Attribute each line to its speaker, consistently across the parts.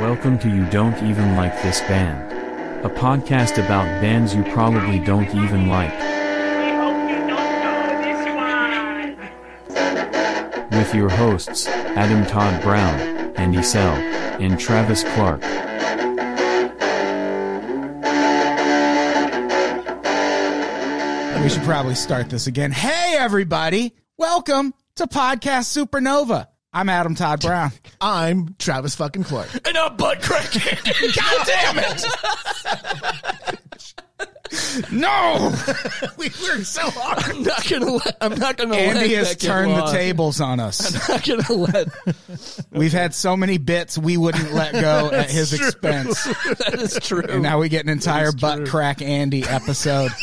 Speaker 1: Welcome to You Don't Even Like This Band, a podcast about bands you probably don't even like,
Speaker 2: We hope you don't go this one.
Speaker 1: with your hosts, Adam Todd Brown, Andy Sell, and Travis Clark.
Speaker 3: We should probably start this again. Hey, everybody. Welcome to Podcast Supernova. I'm Adam Todd Brown.
Speaker 4: I'm Travis fucking Clark.
Speaker 3: And I'm Bud Cricket. God damn it. no.
Speaker 4: we worked so hard.
Speaker 5: I'm not gonna let. I'm not gonna
Speaker 3: Andy
Speaker 5: let
Speaker 3: has
Speaker 5: that get
Speaker 3: turned the
Speaker 5: lost.
Speaker 3: tables on us.
Speaker 5: I'm not gonna let.
Speaker 3: We've had so many bits we wouldn't let go at his expense.
Speaker 5: That is true.
Speaker 3: And now we get an entire butt crack Andy episode.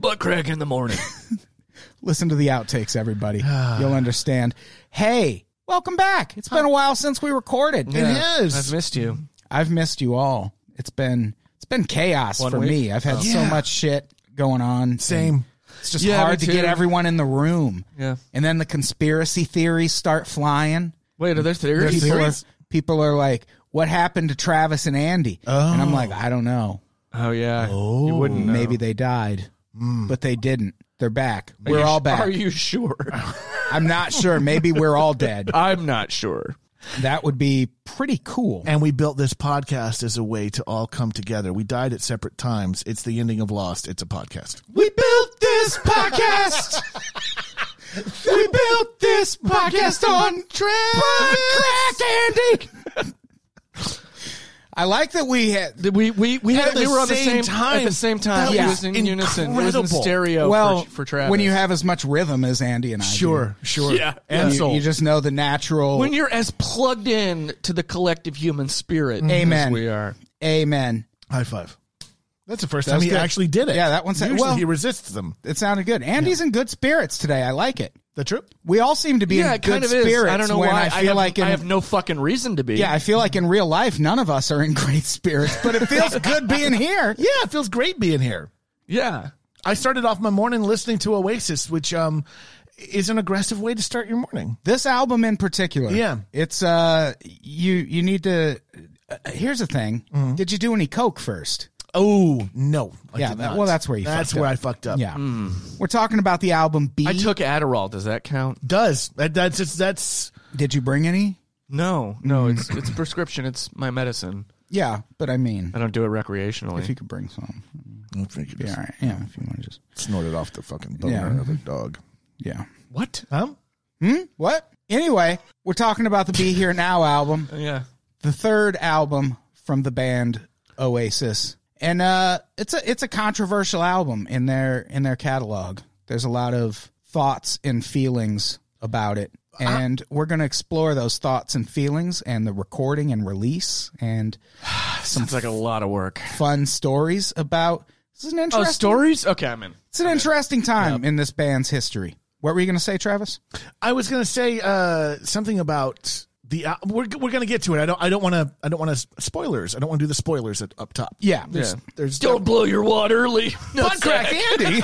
Speaker 5: butt crack in the morning.
Speaker 3: Listen to the outtakes, everybody. You'll understand. Hey, welcome back. It's been a while since we recorded.
Speaker 4: It is.
Speaker 5: I've missed you.
Speaker 3: I've missed you all. It's been it's been chaos for
Speaker 5: week?
Speaker 3: me. I've had so
Speaker 4: Yeah.
Speaker 3: much shit going on.
Speaker 4: Same.
Speaker 3: It's just
Speaker 5: Yeah, me
Speaker 3: hard to get
Speaker 5: too.
Speaker 3: everyone in the room.
Speaker 5: Yeah.
Speaker 3: And then the conspiracy theories start flying.
Speaker 5: Wait, are there theories?
Speaker 3: People are, people are like, "What happened to Travis and Andy?" And I'm like, "I don't know.
Speaker 5: Oh yeah. Oh, you wouldn't. Know.
Speaker 3: Maybe they died,
Speaker 4: Mm.
Speaker 3: but they didn't. They're back.
Speaker 5: Are
Speaker 3: We're
Speaker 5: you-
Speaker 3: all back.
Speaker 5: Are you sure?
Speaker 3: I'm not sure. Maybe we're all dead.
Speaker 5: I'm not sure.
Speaker 3: That would be pretty cool.
Speaker 4: And we built this podcast as a way to all come together. We died at separate times. It's the ending of Lost. It's a podcast.
Speaker 3: We built this podcast. we built this podcast on crack, Andy. I like that we had.
Speaker 5: Did we we we
Speaker 4: At
Speaker 5: had
Speaker 4: the
Speaker 5: we were on the
Speaker 4: same
Speaker 5: same
Speaker 4: time.
Speaker 5: at the same time.
Speaker 4: That
Speaker 5: it
Speaker 3: was
Speaker 5: was in unison. It was in
Speaker 4: incredible.
Speaker 5: stereo.
Speaker 3: Uh, Well,
Speaker 5: for, for Travis.
Speaker 3: when you have as much rhythm as Andy and I, do,
Speaker 4: sure.
Speaker 5: Yeah.
Speaker 4: And
Speaker 3: you,
Speaker 4: soul.
Speaker 3: you just know the natural.
Speaker 5: when you're as plugged in to the collective human spirit.
Speaker 3: Amen.
Speaker 5: As we are.
Speaker 3: Amen.
Speaker 4: High five. That's the first
Speaker 3: That
Speaker 4: time
Speaker 3: was
Speaker 4: he
Speaker 3: good.
Speaker 4: actually did it.
Speaker 3: Yeah, that one said-
Speaker 4: Usually
Speaker 3: well-
Speaker 4: he resists them.
Speaker 3: It sounded good. Andy's in good spirits today. I like it.
Speaker 4: The truth.
Speaker 3: We all seem to be
Speaker 5: yeah,
Speaker 3: in
Speaker 5: it kind
Speaker 3: good
Speaker 5: of
Speaker 3: spirits.
Speaker 5: is. I don't know
Speaker 3: when
Speaker 5: why.
Speaker 3: I feel
Speaker 5: have,
Speaker 3: like in,
Speaker 5: I have no fucking reason to be.
Speaker 3: yeah, I feel like in real life none of us are in great spirits, but it feels good being here.
Speaker 4: Yeah, it feels great being here.
Speaker 5: yeah.
Speaker 4: I started off my morning listening to Oasis, which um, is an aggressive way to start your morning.
Speaker 3: this album in particular
Speaker 4: Yeah.
Speaker 3: it's uh you you need to uh, here's the thing did you do any coke first
Speaker 4: Oh no! I
Speaker 3: Yeah,
Speaker 4: did
Speaker 3: that-
Speaker 4: not.
Speaker 3: well, that's where you
Speaker 4: That's
Speaker 3: fucked
Speaker 4: where
Speaker 3: up.
Speaker 4: I fucked up.
Speaker 3: yeah we're talking about the album b
Speaker 5: I took Adderall. Does that count?
Speaker 4: does that, that's it's, that's
Speaker 3: did you bring any Mm.
Speaker 5: No, no, it's it's a prescription. It's my medicine.
Speaker 3: yeah but i mean
Speaker 5: I don't do it recreationally.
Speaker 3: if you could bring some
Speaker 4: I think
Speaker 3: yeah all right yeah if you want to just
Speaker 4: snorted off the fucking
Speaker 3: boner Yeah. of
Speaker 4: a dog.
Speaker 3: yeah Hmm?
Speaker 5: what?
Speaker 4: Huh?
Speaker 3: what anyway we're talking about the be here now album
Speaker 5: Yeah.
Speaker 3: the third album from the band Oasis. And uh, it's a it's a controversial album in their in their catalog. There's a lot of thoughts and feelings about it.
Speaker 5: Uh-huh.
Speaker 3: And we're going to explore those thoughts and feelings and the recording and release and
Speaker 5: Sounds like a lot of work.
Speaker 3: fun stories about This is an
Speaker 5: Oh,
Speaker 3: interesting
Speaker 5: stories? Okay, I'm in.
Speaker 3: It's an interesting time in this band's history. What were you going to say, Travis?
Speaker 4: I was gonna say uh, something about the al- we're we're gonna get to it. I don't I don't want to I don't want to spoilers. I don't want to do the spoilers at, up top.
Speaker 3: Yeah.
Speaker 4: There's,
Speaker 5: Yeah.
Speaker 4: there's
Speaker 5: Don't blow your wad early.
Speaker 3: Butt crack Andy.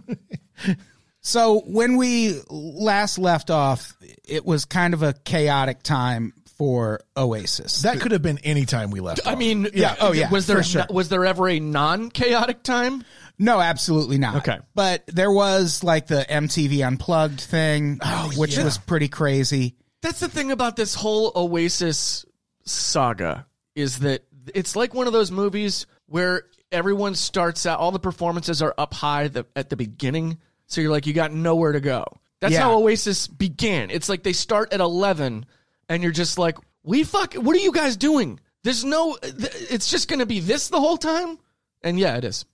Speaker 3: so when we last left off, it was kind of a chaotic time for Oasis.
Speaker 4: that could have been any time we left.
Speaker 5: I
Speaker 4: off.
Speaker 5: mean,
Speaker 3: Yeah, oh, yeah,
Speaker 5: Was there
Speaker 3: for sure.
Speaker 5: no- was there ever a non-chaotic time?
Speaker 3: no, absolutely not.
Speaker 5: Okay.
Speaker 3: but there was like the MTV Unplugged thing,
Speaker 5: Oh,
Speaker 3: which was pretty crazy.
Speaker 5: That's the thing about this whole Oasis saga is that it's like one of those movies where everyone starts out, all the performances are up high the, at the beginning. So you're like, you got nowhere to go. That's
Speaker 3: Yeah.
Speaker 5: how Oasis began. It's like they start at 11 and you're just like, we fuck, what are you guys doing? There's no, th- it's just going to be this the whole time. And yeah, it is.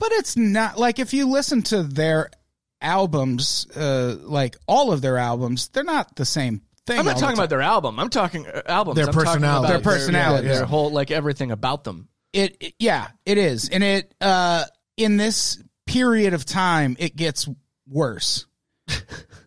Speaker 3: But it's not like if you listen to their albums, uh, like all of their albums, they're not the same thing.
Speaker 5: I'm not
Speaker 3: all the
Speaker 5: talking
Speaker 3: time.
Speaker 5: about their album. I'm talking uh, albums.
Speaker 4: Their
Speaker 5: I'm talking
Speaker 4: personality.
Speaker 5: about
Speaker 4: Their
Speaker 3: personalities.
Speaker 5: Their, whole, like everything about them.
Speaker 3: it, it- yeah it is and it uh in this period of time it gets worse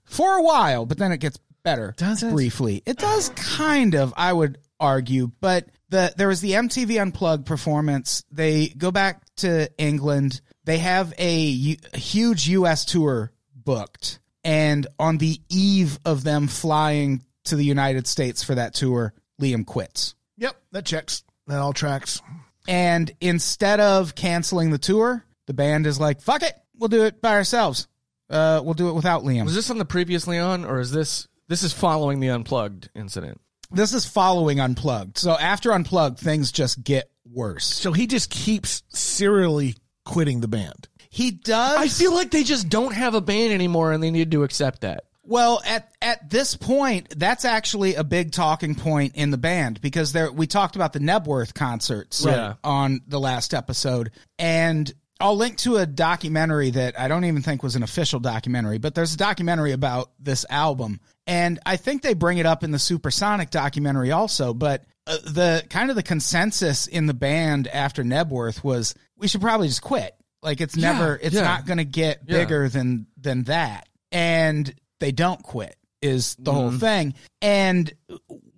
Speaker 3: for a while but then it gets better
Speaker 4: Does it? Ah.
Speaker 3: briefly it does kind of i would argue but the there was the mtv unplugged performance they go back to england they have a u- a huge us tour booked and on the eve of them flying to the United States for that tour, Liam quits.
Speaker 4: Yep, that checks. That all tracks.
Speaker 3: And instead of canceling the tour, the band is like, fuck it, we'll do it by ourselves. Uh, we'll do it without Liam.
Speaker 5: Was this on the previous Leon, or is this this is following the unplugged incident?
Speaker 3: this is following Unplugged. So after Unplugged, things just get worse.
Speaker 4: So he just keeps serially quitting the band.
Speaker 3: He does.
Speaker 5: I feel like they just don't have a band anymore, and they need to accept that.
Speaker 3: Well, at at this point, that's actually a big talking point in the band because there we talked about the Nebworth concerts
Speaker 5: Right.
Speaker 3: uh, on the last episode, and I'll link to a documentary that I don't even think was an official documentary, but there's a documentary about this album, and I think they bring it up in the Supersonic documentary also, but. Uh, the kind of the consensus in the band after Nebworth was we should probably just quit. Like it's never, it's
Speaker 5: yeah.
Speaker 3: not going to get
Speaker 5: Yeah.
Speaker 3: bigger than than that and they don't quit is the whole thing and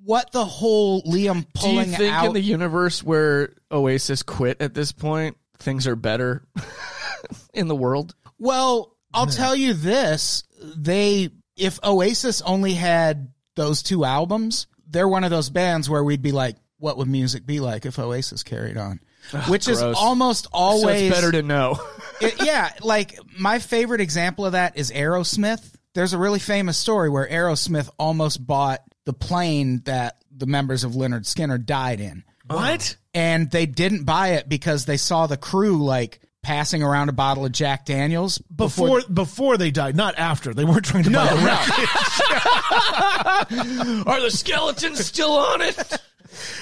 Speaker 3: what the whole liam
Speaker 5: Mm-hmm. Do you
Speaker 3: pulling
Speaker 5: think
Speaker 3: out
Speaker 5: in the universe where Oasis quit at this point, things are better in the world?
Speaker 3: well i'll tell you this they if oasis only had those two albums they're one of those bands where we'd be like what would music be like if oasis carried on which
Speaker 5: gross.
Speaker 3: is almost always
Speaker 5: So it's better to know.
Speaker 3: it, yeah, like my favorite example of that is Aerosmith. There's a really famous story where Aerosmith almost bought the plane that the members of Leonard Skinner died in.
Speaker 5: what?
Speaker 3: And they didn't buy it because they saw the crew like passing around a bottle of Jack Daniels before,
Speaker 4: Before before they died, not after. They weren't trying to buy the record.
Speaker 5: Are the skeletons still on it?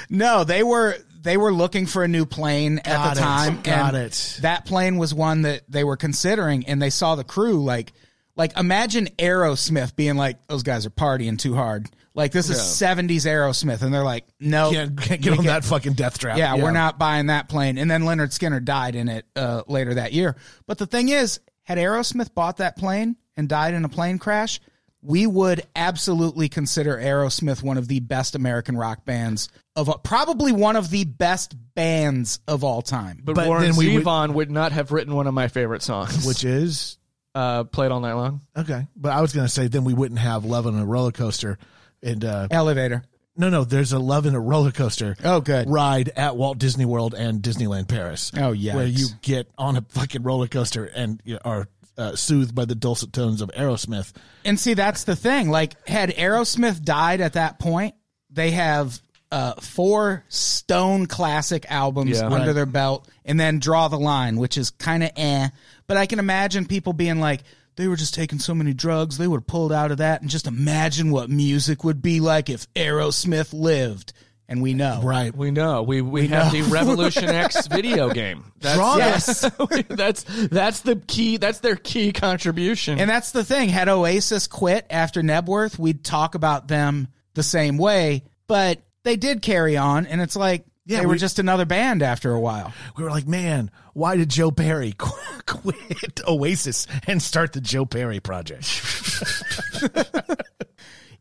Speaker 3: No, they were they were looking for a new plane at
Speaker 4: Got
Speaker 3: the
Speaker 4: it.
Speaker 3: time.
Speaker 4: Got
Speaker 3: and
Speaker 4: it.
Speaker 3: That plane was one that they were considering, and they saw the crew like like imagine Aerosmith being like, "Those guys are partying too hard." Like this is '70s Aerosmith, and they're like, "No,
Speaker 4: Can't, can't get on that fucking death trap.
Speaker 3: yeah, we're not buying that plane. And then Leonard Skinner died in it uh, later that year. But the thing is, had Aerosmith bought that plane and died in a plane crash, we would absolutely consider Aerosmith one of the best American rock bands of all- probably one of the best bands of all time.
Speaker 5: But,
Speaker 4: But
Speaker 5: Warren
Speaker 4: then we would-
Speaker 5: Zevon would, not have written one of my favorite songs,
Speaker 4: Which is
Speaker 5: uh, played all night long.
Speaker 4: okay. But I was gonna say then we wouldn't have Love on a Roller Coaster and uh
Speaker 3: Elevator.
Speaker 4: no no, there's a Love in a Roller Coaster
Speaker 3: Oh, good.
Speaker 4: ride at Walt Disney World and Disneyland Paris.
Speaker 3: Oh, yikes.
Speaker 4: Where you get on a fucking roller coaster and you are uh, soothed by the dulcet tones of Aerosmith.
Speaker 3: And see, that's the thing. Like, had Aerosmith died at that point, they have uh, four Stone classic albums
Speaker 5: Yeah.
Speaker 3: under
Speaker 4: Right.
Speaker 3: their belt, and then Draw the Line, which is kind of eh. But I can imagine people being like, they were just taking so many drugs, they would have pulled out of that, and just imagine what music would be like if Aerosmith lived. And we know.
Speaker 4: Right.
Speaker 5: We know we we, have the Revolution X video game. That's,
Speaker 4: Draw
Speaker 5: that's that's the key. That's their key
Speaker 4: Mm-hmm.
Speaker 5: contribution.
Speaker 3: And that's the thing. Had Oasis quit after Nebworth, we'd talk about them the same way, but they did carry on, and it's like
Speaker 4: Yeah,
Speaker 3: they were
Speaker 4: we-
Speaker 3: just another band after a while.
Speaker 4: we were like, man, why did Joe Perry qu- quit Oasis and start the Joe Perry project?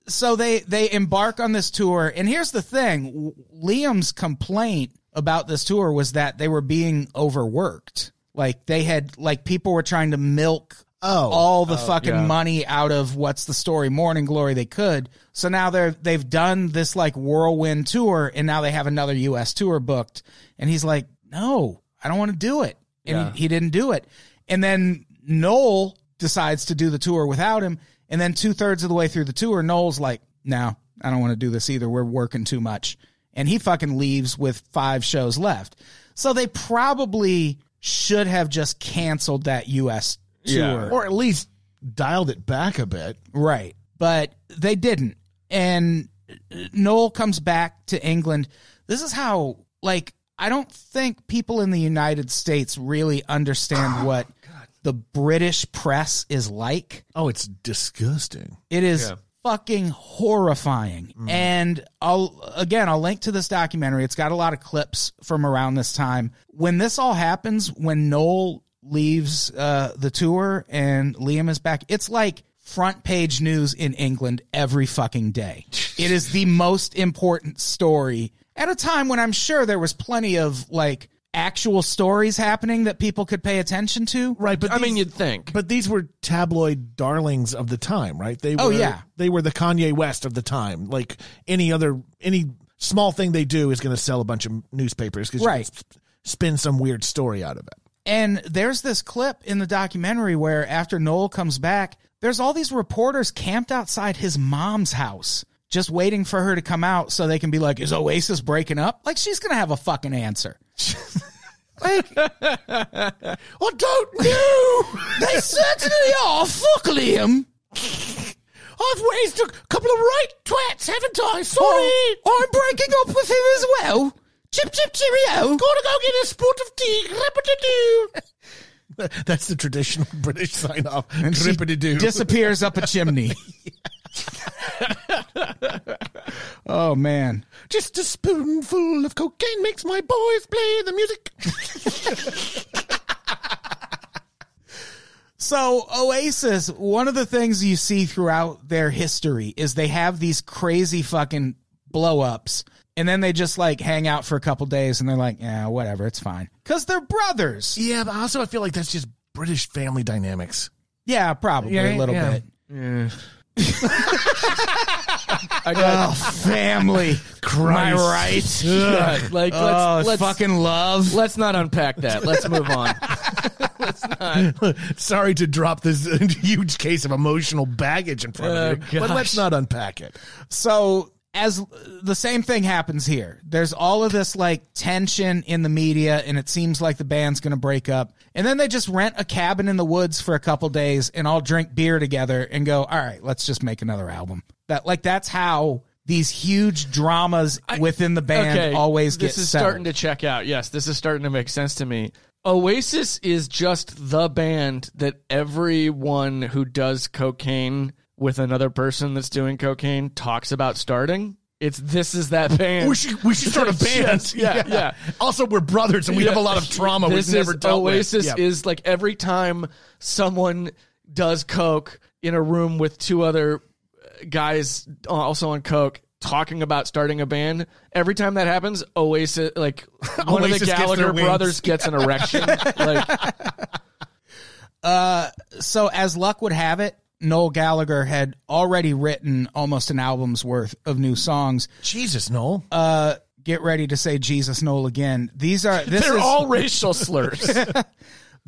Speaker 3: So they they embark on this tour, and here's the thing: W- Liam's complaint about this tour was that they were being overworked. Like they had like people were trying to milk
Speaker 4: Oh.
Speaker 3: all the fucking
Speaker 5: yeah.
Speaker 3: money out of what's the story morning glory they could so now they're they've done this like whirlwind tour and now they have another us tour booked and he's like no i don't want to do it and he, he didn't do it and then noel decides to do the tour without him and then two-thirds of the way through the tour noel's like no i don't want to do this either we're working too much and he fucking leaves with five shows left so they probably should have just canceled that us tour
Speaker 5: Yeah.
Speaker 4: or at least dialed it back a bit.
Speaker 3: Right. But they didn't. And Noel comes back to England. This is how, like, I don't think people in the United States really understand what the British press is like.
Speaker 4: Oh, it's disgusting.
Speaker 3: It is fucking horrifying. And I'll again, I'll link to this documentary. It's got a lot of clips from around this time. When this all happens, when Noel leaves uh, the tour and Liam is back, it's like front page news in England every fucking day. it is the most important story at a time when I'm sure there was plenty of like actual stories happening that people could pay attention to.
Speaker 4: right? But
Speaker 5: I mean,
Speaker 4: these-
Speaker 5: you'd think.
Speaker 4: But these were tabloid darlings of the time, right? They were,
Speaker 3: Oh, yeah.
Speaker 4: they were the Kanye West of the time. Like any other, any small thing they do is going to sell a bunch of newspapers because
Speaker 3: Right.
Speaker 4: spin some weird story out of it.
Speaker 3: And there's this clip in the documentary where after Noel comes back, there's all these reporters camped outside his mom's house just waiting for her to come out so they can be like, is Oasis breaking up? Like, she's going to have a fucking answer.
Speaker 4: I don't know.
Speaker 3: They certainly are. Fuck Liam.
Speaker 4: I've raised a couple of right twats, haven't I? Sorry.
Speaker 3: Oh, I'm breaking up with him as well. Chip, chip, cheerio.
Speaker 4: Gotta go get a spot of tea. That's the traditional British sign off. Drippity-doo.
Speaker 3: Disappears up a chimney. oh, man.
Speaker 4: Just a spoonful of cocaine makes my boys play the music.
Speaker 3: So, Oasis, one of the things you see throughout their history is they have these crazy fucking blow ups, and then they just like hang out for a couple days and they're like, yeah, whatever, it's fine. Because they're brothers.
Speaker 4: Yeah, but also I feel like that's just British family dynamics.
Speaker 3: Yeah, probably a
Speaker 4: Yeah,
Speaker 3: little
Speaker 4: yeah.
Speaker 3: bit.
Speaker 5: I got
Speaker 3: Oh, Family.
Speaker 4: Christ.
Speaker 3: Am I right?
Speaker 5: God, like
Speaker 3: oh,
Speaker 5: let's let's,
Speaker 3: fucking love.
Speaker 5: let's not unpack that. Let's move on.
Speaker 4: Sorry to drop this huge case of emotional baggage in front of
Speaker 5: Oh,
Speaker 4: you, but
Speaker 5: gosh.
Speaker 4: let's not unpack it.
Speaker 3: so as the same thing happens here there's all of this like tension in the media and it seems like the band's going to break up and then they just rent a cabin in the woods for a couple days and all drink beer together and go all right let's just make another album that like that's how these huge dramas within the band
Speaker 5: okay,
Speaker 3: always get
Speaker 5: this is starting to check out. Yes, this is starting to make sense to me. Oasis is just the band that everyone who does cocaine with another person that's doing cocaine talks about starting. It's this is that band.
Speaker 4: We should we should start a band.
Speaker 5: yeah, yeah.
Speaker 4: Also, we're brothers and we have a lot of trauma
Speaker 5: This
Speaker 4: we've never
Speaker 5: is,
Speaker 4: dealt
Speaker 5: Oasis
Speaker 4: with. Yeah.
Speaker 5: is like every time someone does coke in a room with two other uh, guys also on coke talking about starting a band every time that happens oasis like one of
Speaker 4: Oasis
Speaker 5: the
Speaker 4: gets
Speaker 5: gallagher
Speaker 4: their wings.
Speaker 5: brothers gets an erection like
Speaker 3: so as luck would have it noel gallagher had already written almost an album's worth of new songs Uh,
Speaker 4: Jesus, Noel.
Speaker 3: get ready to say jesus noel again these are this
Speaker 5: they're
Speaker 3: is,
Speaker 5: all racial slurs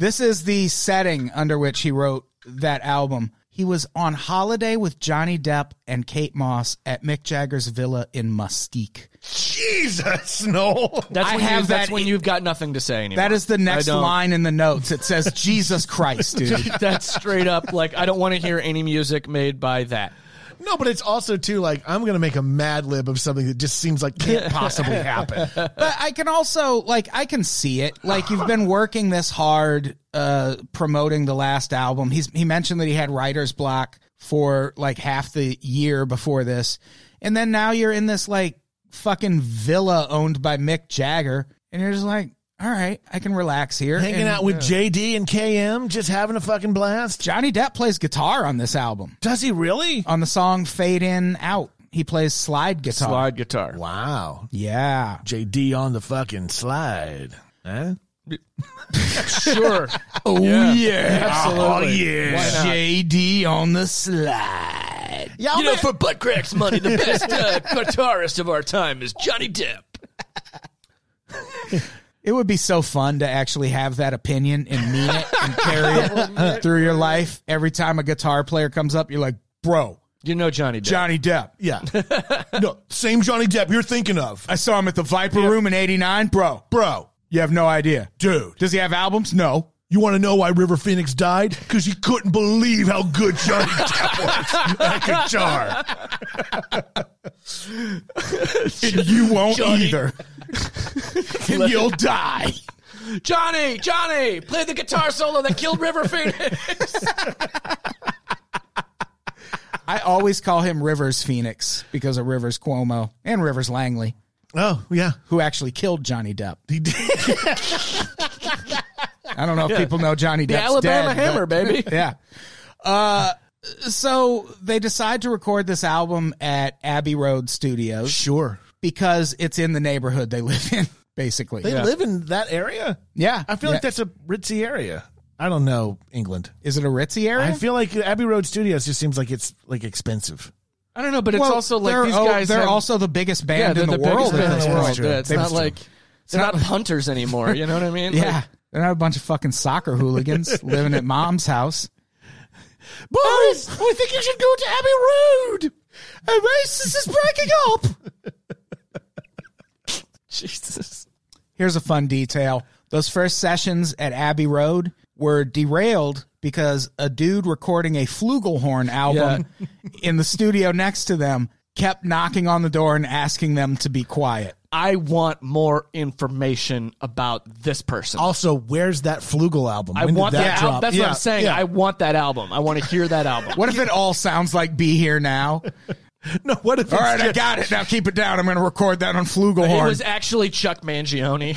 Speaker 3: This is the setting under which he wrote that album. He was on holiday with Johnny Depp and Kate Moss at Mick Jagger's villa in Mustique.
Speaker 4: Jesus, Noel.
Speaker 5: that's
Speaker 3: I
Speaker 5: when,
Speaker 3: have
Speaker 5: you, that's
Speaker 3: that-
Speaker 5: when you've got nothing to say anymore
Speaker 3: That is the next
Speaker 5: I don't-
Speaker 3: line in the notes. It says Jesus Christ, dude.
Speaker 5: that's straight up like i don't want to hear any music made by that
Speaker 4: No, but it's also too like I'm gonna make a mad lib of something that just seems like can't possibly happen.
Speaker 3: But I can also like I can see it. Like you've been working this hard uh promoting the last album. He's he mentioned that he had writer's block for like half the year before this. And then now you're in this like fucking villa owned by Mick Jagger and you're just like, "All right, I can relax here."
Speaker 4: Hanging
Speaker 3: And
Speaker 4: out with JD and KM, just having a fucking blast.
Speaker 3: Johnny Depp plays guitar on this album.
Speaker 4: Does he really?
Speaker 3: On the song Fade In Out, he plays slide guitar.
Speaker 5: slide guitar
Speaker 4: Wow.
Speaker 3: Yeah.
Speaker 4: JD on the fucking slide. Huh?
Speaker 5: sure
Speaker 3: Oh
Speaker 5: Yeah.
Speaker 4: Absolutely.
Speaker 3: JD on the slide.
Speaker 4: Yeah,
Speaker 5: You know, for butt cracks money, the best uh, guitarist of our time is Johnny Depp.
Speaker 3: It would be so fun to actually have that opinion and mean it and carry it through your life. Every time a guitar player comes up, you're like, bro,
Speaker 5: You know Johnny Depp.
Speaker 3: Johnny Depp.
Speaker 4: yeah. no, same Johnny Depp you're thinking of.
Speaker 3: I saw him at the Viper Room in 89. Bro,
Speaker 4: Bro,
Speaker 3: you have no idea.
Speaker 4: dude,
Speaker 3: Does he have albums? No.
Speaker 4: you want to know why River Phoenix died? Because he couldn't believe how good Johnny Depp was at guitar.
Speaker 3: And you won't
Speaker 5: Johnny-
Speaker 3: either. and you'll die.
Speaker 5: Johnny, Johnny, play the guitar solo that killed River Phoenix.
Speaker 3: I always call him Rivers Phoenix because of Rivers Cuomo and Rivers Langley,
Speaker 4: Oh, yeah.
Speaker 3: who actually killed Johnny Depp.
Speaker 4: He did.
Speaker 3: I don't know if people know Johnny Depp's
Speaker 5: the Alabama
Speaker 3: dead, but-
Speaker 5: Hammer, baby.
Speaker 3: yeah. Uh, so they decide to record this album at Abbey Road Studios
Speaker 4: Sure.
Speaker 3: because it's in the neighborhood they live in. basically.
Speaker 4: They live in that area.
Speaker 3: yeah.
Speaker 4: I feel
Speaker 3: Yeah.
Speaker 4: like that's a ritzy area. I don't know England.
Speaker 3: Is it a ritzy area?
Speaker 4: I feel like Abbey Road Studios just seems like it's like expensive.
Speaker 5: I don't know, but it's
Speaker 3: Well,
Speaker 5: also like
Speaker 3: they're,
Speaker 5: these
Speaker 3: oh,
Speaker 5: guys.
Speaker 3: They're
Speaker 5: have-
Speaker 3: also the biggest band
Speaker 5: they're
Speaker 3: in the, world.
Speaker 5: biggest
Speaker 3: at
Speaker 5: band in
Speaker 3: this
Speaker 5: the
Speaker 3: point.
Speaker 5: world.
Speaker 4: true.
Speaker 5: Yeah, it's
Speaker 4: They
Speaker 5: not
Speaker 4: must-
Speaker 5: like they're not hunters anymore. You know what I mean? Like,
Speaker 3: Yeah. They're not a bunch of fucking soccer hooligans living at mom's house.
Speaker 4: Boris, we think you should go to Abbey Road. A racist is breaking up.
Speaker 5: Jesus.
Speaker 3: Here's a fun detail. Those first sessions at Abbey Road were derailed because a dude recording a flugelhorn album in the studio next to them kept knocking on the door and asking them to be quiet.
Speaker 5: I want more information about this person.
Speaker 4: Also, where's that Flugel album?
Speaker 5: I
Speaker 4: When did
Speaker 5: want that. al-
Speaker 4: drop?
Speaker 5: that's what
Speaker 4: Yeah,
Speaker 5: I'm saying.
Speaker 4: yeah.
Speaker 5: I want that album. I want to hear that album.
Speaker 3: What if it all sounds like Be Here Now?
Speaker 4: no, what if
Speaker 3: All
Speaker 4: it's
Speaker 3: right, I
Speaker 4: just-
Speaker 3: got it. Now keep it down. I'm going to record that on
Speaker 5: It
Speaker 3: flugelhorn.
Speaker 5: was actually Chuck Mangione.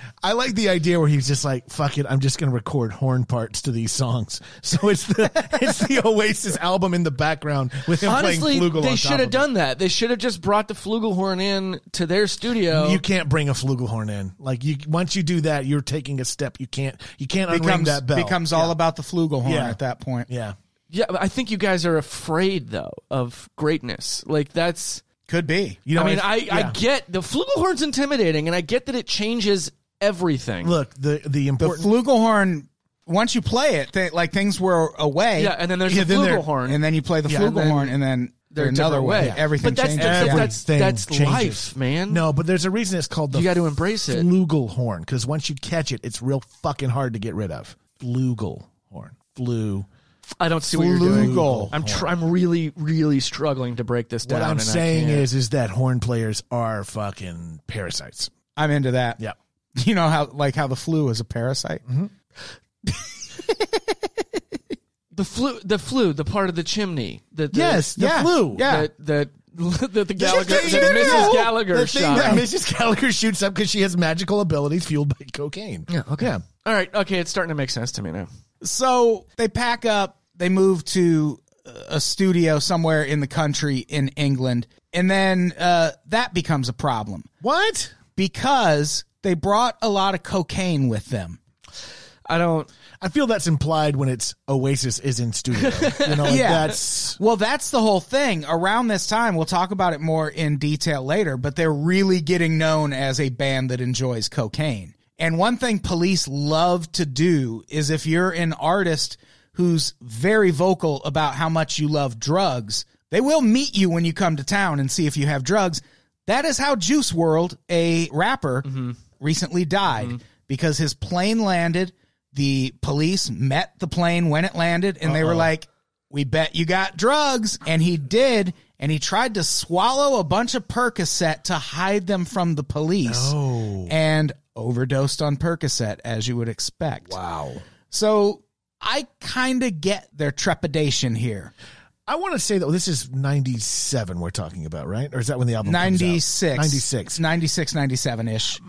Speaker 4: I like the idea where he's just like, "Fuck it, I'm just gonna record horn parts to these songs." So it's the it's the Oasis album in the background with him
Speaker 5: Honestly,
Speaker 4: playing Flugel.
Speaker 5: they
Speaker 4: on top
Speaker 5: should
Speaker 4: of
Speaker 5: have
Speaker 4: it.
Speaker 5: done that. They should have just brought the flugelhorn in to their studio.
Speaker 4: You can't bring a flugelhorn in. Like you, once you do that, you're taking a step. You can't. You can't unring
Speaker 3: becomes,
Speaker 4: that bell.
Speaker 3: becomes all about the flugelhorn
Speaker 4: Yeah.
Speaker 3: at that point.
Speaker 4: yeah.
Speaker 5: yeah, but I think you guys are afraid though of greatness. Like that's.
Speaker 3: Could be.
Speaker 4: You know.
Speaker 5: I mean,
Speaker 4: it's-
Speaker 5: I, I
Speaker 4: yeah.
Speaker 5: get the flugelhorn's intimidating, and I get that it changes everything.
Speaker 4: Look, the the
Speaker 3: The
Speaker 4: important.
Speaker 3: flugelhorn, once you play it, th- like things were away.
Speaker 5: Yeah, and then there's the
Speaker 3: then they're-
Speaker 5: flugelhorn.
Speaker 3: And then you play the
Speaker 4: Yeah, and then
Speaker 3: flugelhorn, and then
Speaker 5: they're a
Speaker 3: another
Speaker 5: different
Speaker 3: way.
Speaker 5: way.
Speaker 3: Everything
Speaker 5: But that's
Speaker 3: changes.
Speaker 5: the-
Speaker 3: yeah.
Speaker 5: that's-
Speaker 4: Everything
Speaker 5: that's
Speaker 4: changes.
Speaker 5: life, man.
Speaker 4: No, but there's a reason it's called the
Speaker 5: You gotta embrace it.
Speaker 4: flugelhorn because once you catch it, it's real fucking hard to get rid of. Flugelhorn, flu.
Speaker 5: I don't see what you're doing.
Speaker 3: Flugel.
Speaker 5: I'm tr- I'm really really struggling to break this down.
Speaker 4: What I'm
Speaker 5: and I
Speaker 4: saying
Speaker 5: can't.
Speaker 4: is, is that horn players are fucking parasites.
Speaker 3: I'm into that.
Speaker 4: Yeah. Mm-hmm.
Speaker 3: You know how like how the flu is a parasite.
Speaker 5: the flu, the flu, the part of the chimney. The, the,
Speaker 4: Yes, the
Speaker 3: Yeah.
Speaker 4: flu.
Speaker 3: Yeah.
Speaker 5: that that that the Gallagher,
Speaker 4: thing
Speaker 5: that
Speaker 4: that-
Speaker 5: Mrs. Gallagher
Speaker 4: the thing
Speaker 5: shot.
Speaker 4: that Mrs. Gallagher shoots up because she has magical abilities fueled by cocaine. Yeah. Okay.
Speaker 5: All right, okay, it's starting to make sense to me now.
Speaker 3: So they pack up, they move to uh, a studio somewhere in the country in England, and then uh, that becomes a problem
Speaker 4: What?
Speaker 3: because they brought a lot of cocaine with them.
Speaker 5: I don't.
Speaker 4: I feel that's implied when it's Oasis is in studio. You know, like that's
Speaker 3: well, that's the whole thing. Around this time, we'll talk about it more in detail later, but they're really getting known as a band that enjoys cocaine. And one thing police love to do is if you're an artist who's very vocal about how much you love drugs, they will meet you when you come to town and see if you have drugs. That is how Juice World, a rapper, recently died because his plane landed. The police met the plane when it landed and they were like, we bet you got drugs. And he did. And he tried to swallow a bunch of Percocet to hide them from the police and overdosed on Percocet, as you would expect.
Speaker 4: wow.
Speaker 3: So I kind of get their trepidation here.
Speaker 4: I want to say though, this is '97 we're talking about, right? Or is that when the album? comes out?
Speaker 3: 96.
Speaker 4: 96.
Speaker 3: 96, 97 ish.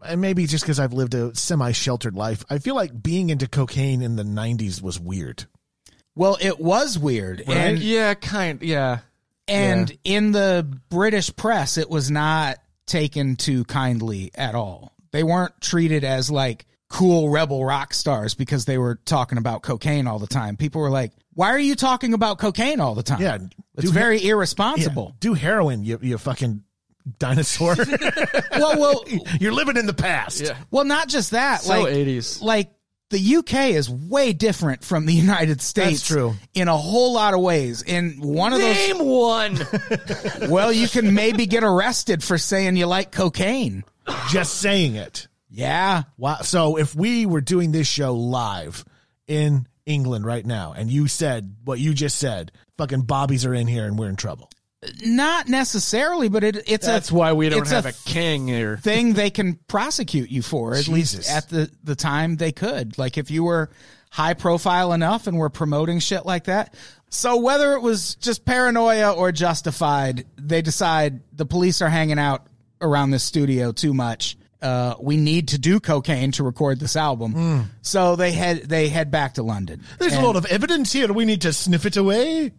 Speaker 4: and maybe just because I've lived a semi-sheltered life, I feel like being into cocaine in the '90s was weird.
Speaker 3: Well, it was weird. And
Speaker 5: yeah, kind. Yeah,
Speaker 3: And in the British press, it was not taken too kindly at all. They weren't treated as like cool rebel rock stars because they were talking about cocaine all the time. People were like, why are you talking about cocaine all the time?
Speaker 4: Yeah.
Speaker 3: It's
Speaker 4: Do-
Speaker 3: very
Speaker 4: Yeah.
Speaker 3: irresponsible.
Speaker 4: Do heroin, you you fucking dinosaur.
Speaker 3: well, well,
Speaker 4: You're living in the past.
Speaker 5: yeah.
Speaker 3: well, not just that.
Speaker 5: So
Speaker 3: like,
Speaker 5: 80s.
Speaker 3: like the UK is way different from the United States.
Speaker 4: true.
Speaker 3: In a whole lot of ways. In one of those,
Speaker 5: Name one.
Speaker 3: well, you can maybe get arrested for saying you like cocaine.
Speaker 4: Just saying it.
Speaker 3: Yeah.
Speaker 4: Wow. So if we were doing this show live in England right now, and you said what you just said, fucking bobbies are in here and we're in trouble.
Speaker 3: Not necessarily, but it, it's
Speaker 5: That's
Speaker 3: a
Speaker 5: why we don't
Speaker 3: it's
Speaker 5: have a,
Speaker 3: a
Speaker 5: king here.
Speaker 3: thing they can prosecute you for. At least
Speaker 4: Jesus.
Speaker 3: at the the time they could. Like if you were high profile enough and were promoting shit like that. So whether it was just paranoia or justified, they decide the police are hanging out around this studio too much. Uh, we need to do cocaine to record this album.
Speaker 5: Hmm.
Speaker 3: So they head they head back to London.
Speaker 4: There's a lot of evidence here. We need to sniff it away.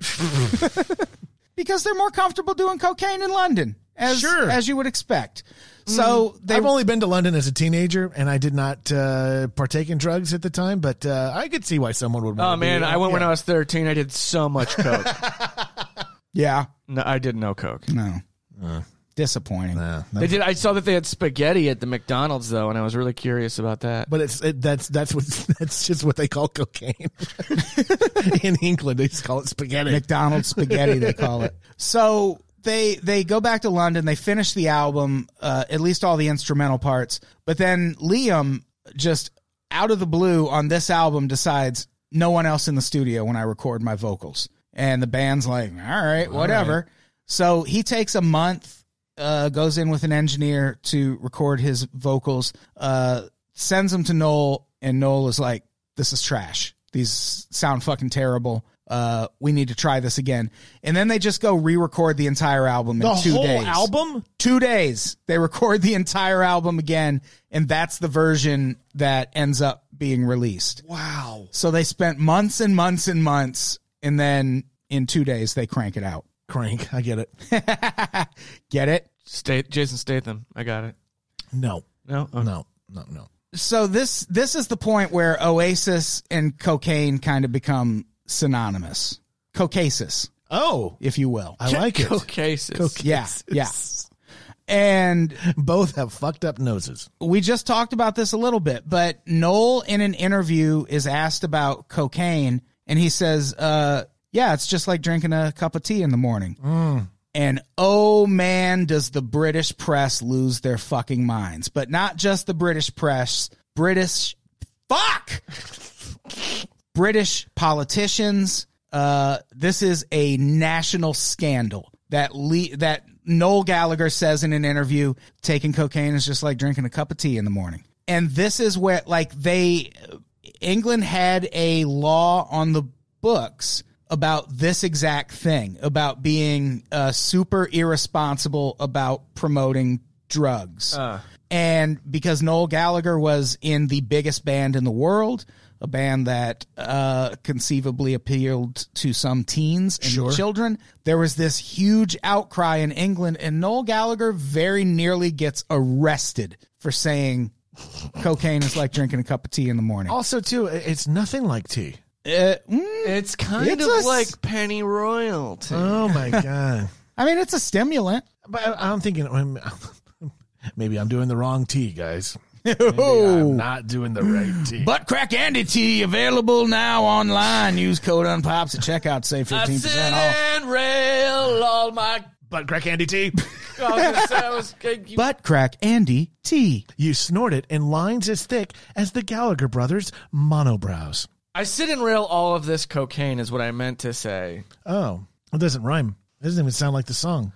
Speaker 3: because they're more comfortable doing cocaine in London, as
Speaker 4: Sure. Mm-hmm.
Speaker 3: as you would expect. So they
Speaker 4: I've only been to London as a teenager, and I did not uh, partake in drugs at the time, but uh, I could see why someone would.
Speaker 5: Oh
Speaker 4: wanna be- uh,
Speaker 5: man, I went when
Speaker 4: yeah.
Speaker 5: I was 13. I did so much coke.
Speaker 3: yeah
Speaker 5: no, I did no coke.
Speaker 3: no
Speaker 4: Uh.
Speaker 3: disappointing.
Speaker 4: Yeah,
Speaker 5: They did. I saw that they had spaghetti at the McDonald's though, and I was really curious about that.
Speaker 4: But it's it, that's that's what that's just what they call cocaine in England. They just call it spaghetti.
Speaker 3: McDonald's spaghetti they call it. So they they go back to London. They finish the album, uh, at least all the instrumental parts. But then Liam just out of the blue on this album decides no one else in the studio when I record my vocals, and the band's like, all right, whatever. So he takes a month, uh, goes in with an engineer to record his vocals, uh, sends them to Noel, and Noel is like, this is trash. These sound fucking terrible. Uh, we need to try this again. And then they just go re record the entire album in
Speaker 4: the
Speaker 3: two
Speaker 4: whole
Speaker 3: days.
Speaker 4: album.
Speaker 3: Two days. They record the entire album again, and that's the version that ends up being released.
Speaker 4: Wow.
Speaker 3: So they spent months and months and months, and then in two days, they crank it out.
Speaker 4: Crank. I get it.
Speaker 3: Get it?
Speaker 5: State Jason Statham. I got it.
Speaker 4: No.
Speaker 5: No, Oh,
Speaker 4: No. No. No.
Speaker 3: so this this is the point where oasis and cocaine kind of become synonymous cocasis
Speaker 4: Oh,
Speaker 3: if you will
Speaker 4: I like it.
Speaker 5: Cocasis.
Speaker 3: yeah yeah and
Speaker 4: Both have fucked up noses.
Speaker 3: we just talked about this a little bit but noel in an interview is asked about cocaine and he says uh yeah it's just like drinking a cup of tea in the morning And oh man, does the British press lose their fucking minds. But not just the British press, British fuck British politicians. Uh, this is a national scandal that Le- that Noel Gallagher says in an interview. Taking cocaine is just like drinking a cup of tea in the morning. And this is where like they England had a law on the books about this exact thing about being uh, super irresponsible about promoting drugs. And because Noel Gallagher was in the biggest band in the world, a band that uh, conceivably appealed to some teens and children, there was this huge outcry in England, and Noel Gallagher very nearly gets arrested for saying cocaine is like drinking a cup of tea in the morning.
Speaker 4: Also, too, i- it's nothing like tea.
Speaker 3: Uh, mm,
Speaker 5: It's kind
Speaker 3: It's
Speaker 5: of
Speaker 3: a s-
Speaker 5: like penny royalty.
Speaker 4: Oh my god.
Speaker 3: I mean, it's a stimulant.
Speaker 4: But I- I'm thinking I'm- maybe I'm doing the wrong tea, guys. I'm
Speaker 3: Oh,
Speaker 4: not doing the right tea.
Speaker 3: butt crack Andy tea available now online. Use code Unpops at checkout. Save fifteen percent off.
Speaker 5: and rail all my.
Speaker 4: but crack Andy tea.
Speaker 3: Butt crack Andy tea.
Speaker 4: You snort it in lines as thick as the Gallagher brothers' monobrows.
Speaker 5: I sit and rail all of this cocaine is what I meant to say.
Speaker 4: Oh, it doesn't rhyme. It doesn't even sound like the song.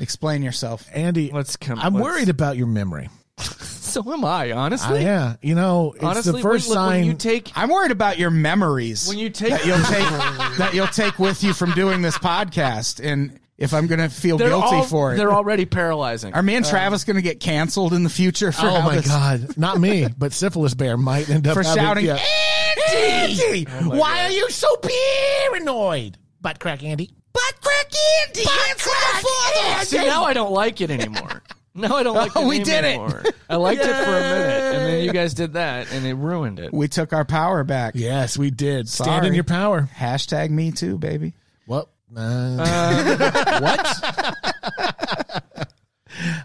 Speaker 3: Explain yourself.
Speaker 4: Andy,
Speaker 5: Let's come.
Speaker 4: I'm
Speaker 5: let's-
Speaker 4: worried about your memory.
Speaker 5: So am I.
Speaker 4: I
Speaker 5: Honestly,
Speaker 4: yeah, you know, it's
Speaker 5: honestly,
Speaker 4: the first
Speaker 5: when, look,
Speaker 4: sign.
Speaker 5: when you take
Speaker 3: I'm worried about your memories
Speaker 5: when you take
Speaker 3: that you'll take that you'll take with you from doing this podcast, and if I'm gonna feel
Speaker 5: they're
Speaker 3: guilty
Speaker 5: all-
Speaker 3: for it,
Speaker 5: They're already paralyzing.
Speaker 3: are me and Travis gonna get canceled in the future for
Speaker 4: oh
Speaker 3: how
Speaker 4: my
Speaker 3: this-
Speaker 4: god, not me, but syphilis bear might end up
Speaker 3: for
Speaker 4: having-
Speaker 3: shouting
Speaker 4: yeah.
Speaker 3: Andy?
Speaker 4: Why are you so paranoid? Butt crack, Andy.
Speaker 3: Butt crack Andy. Answer the phone.
Speaker 5: See, now I don't like it anymore. Now I don't like
Speaker 3: Oh,
Speaker 5: the
Speaker 3: we
Speaker 5: name
Speaker 3: did it.
Speaker 5: anymore. I liked it for a minute, and then you guys did that, and it ruined it.
Speaker 3: We took our power back.
Speaker 4: Yes, we did. Stand
Speaker 3: Sorry.
Speaker 4: in your power.
Speaker 3: Hashtag me too, baby.
Speaker 4: What? Uh, what?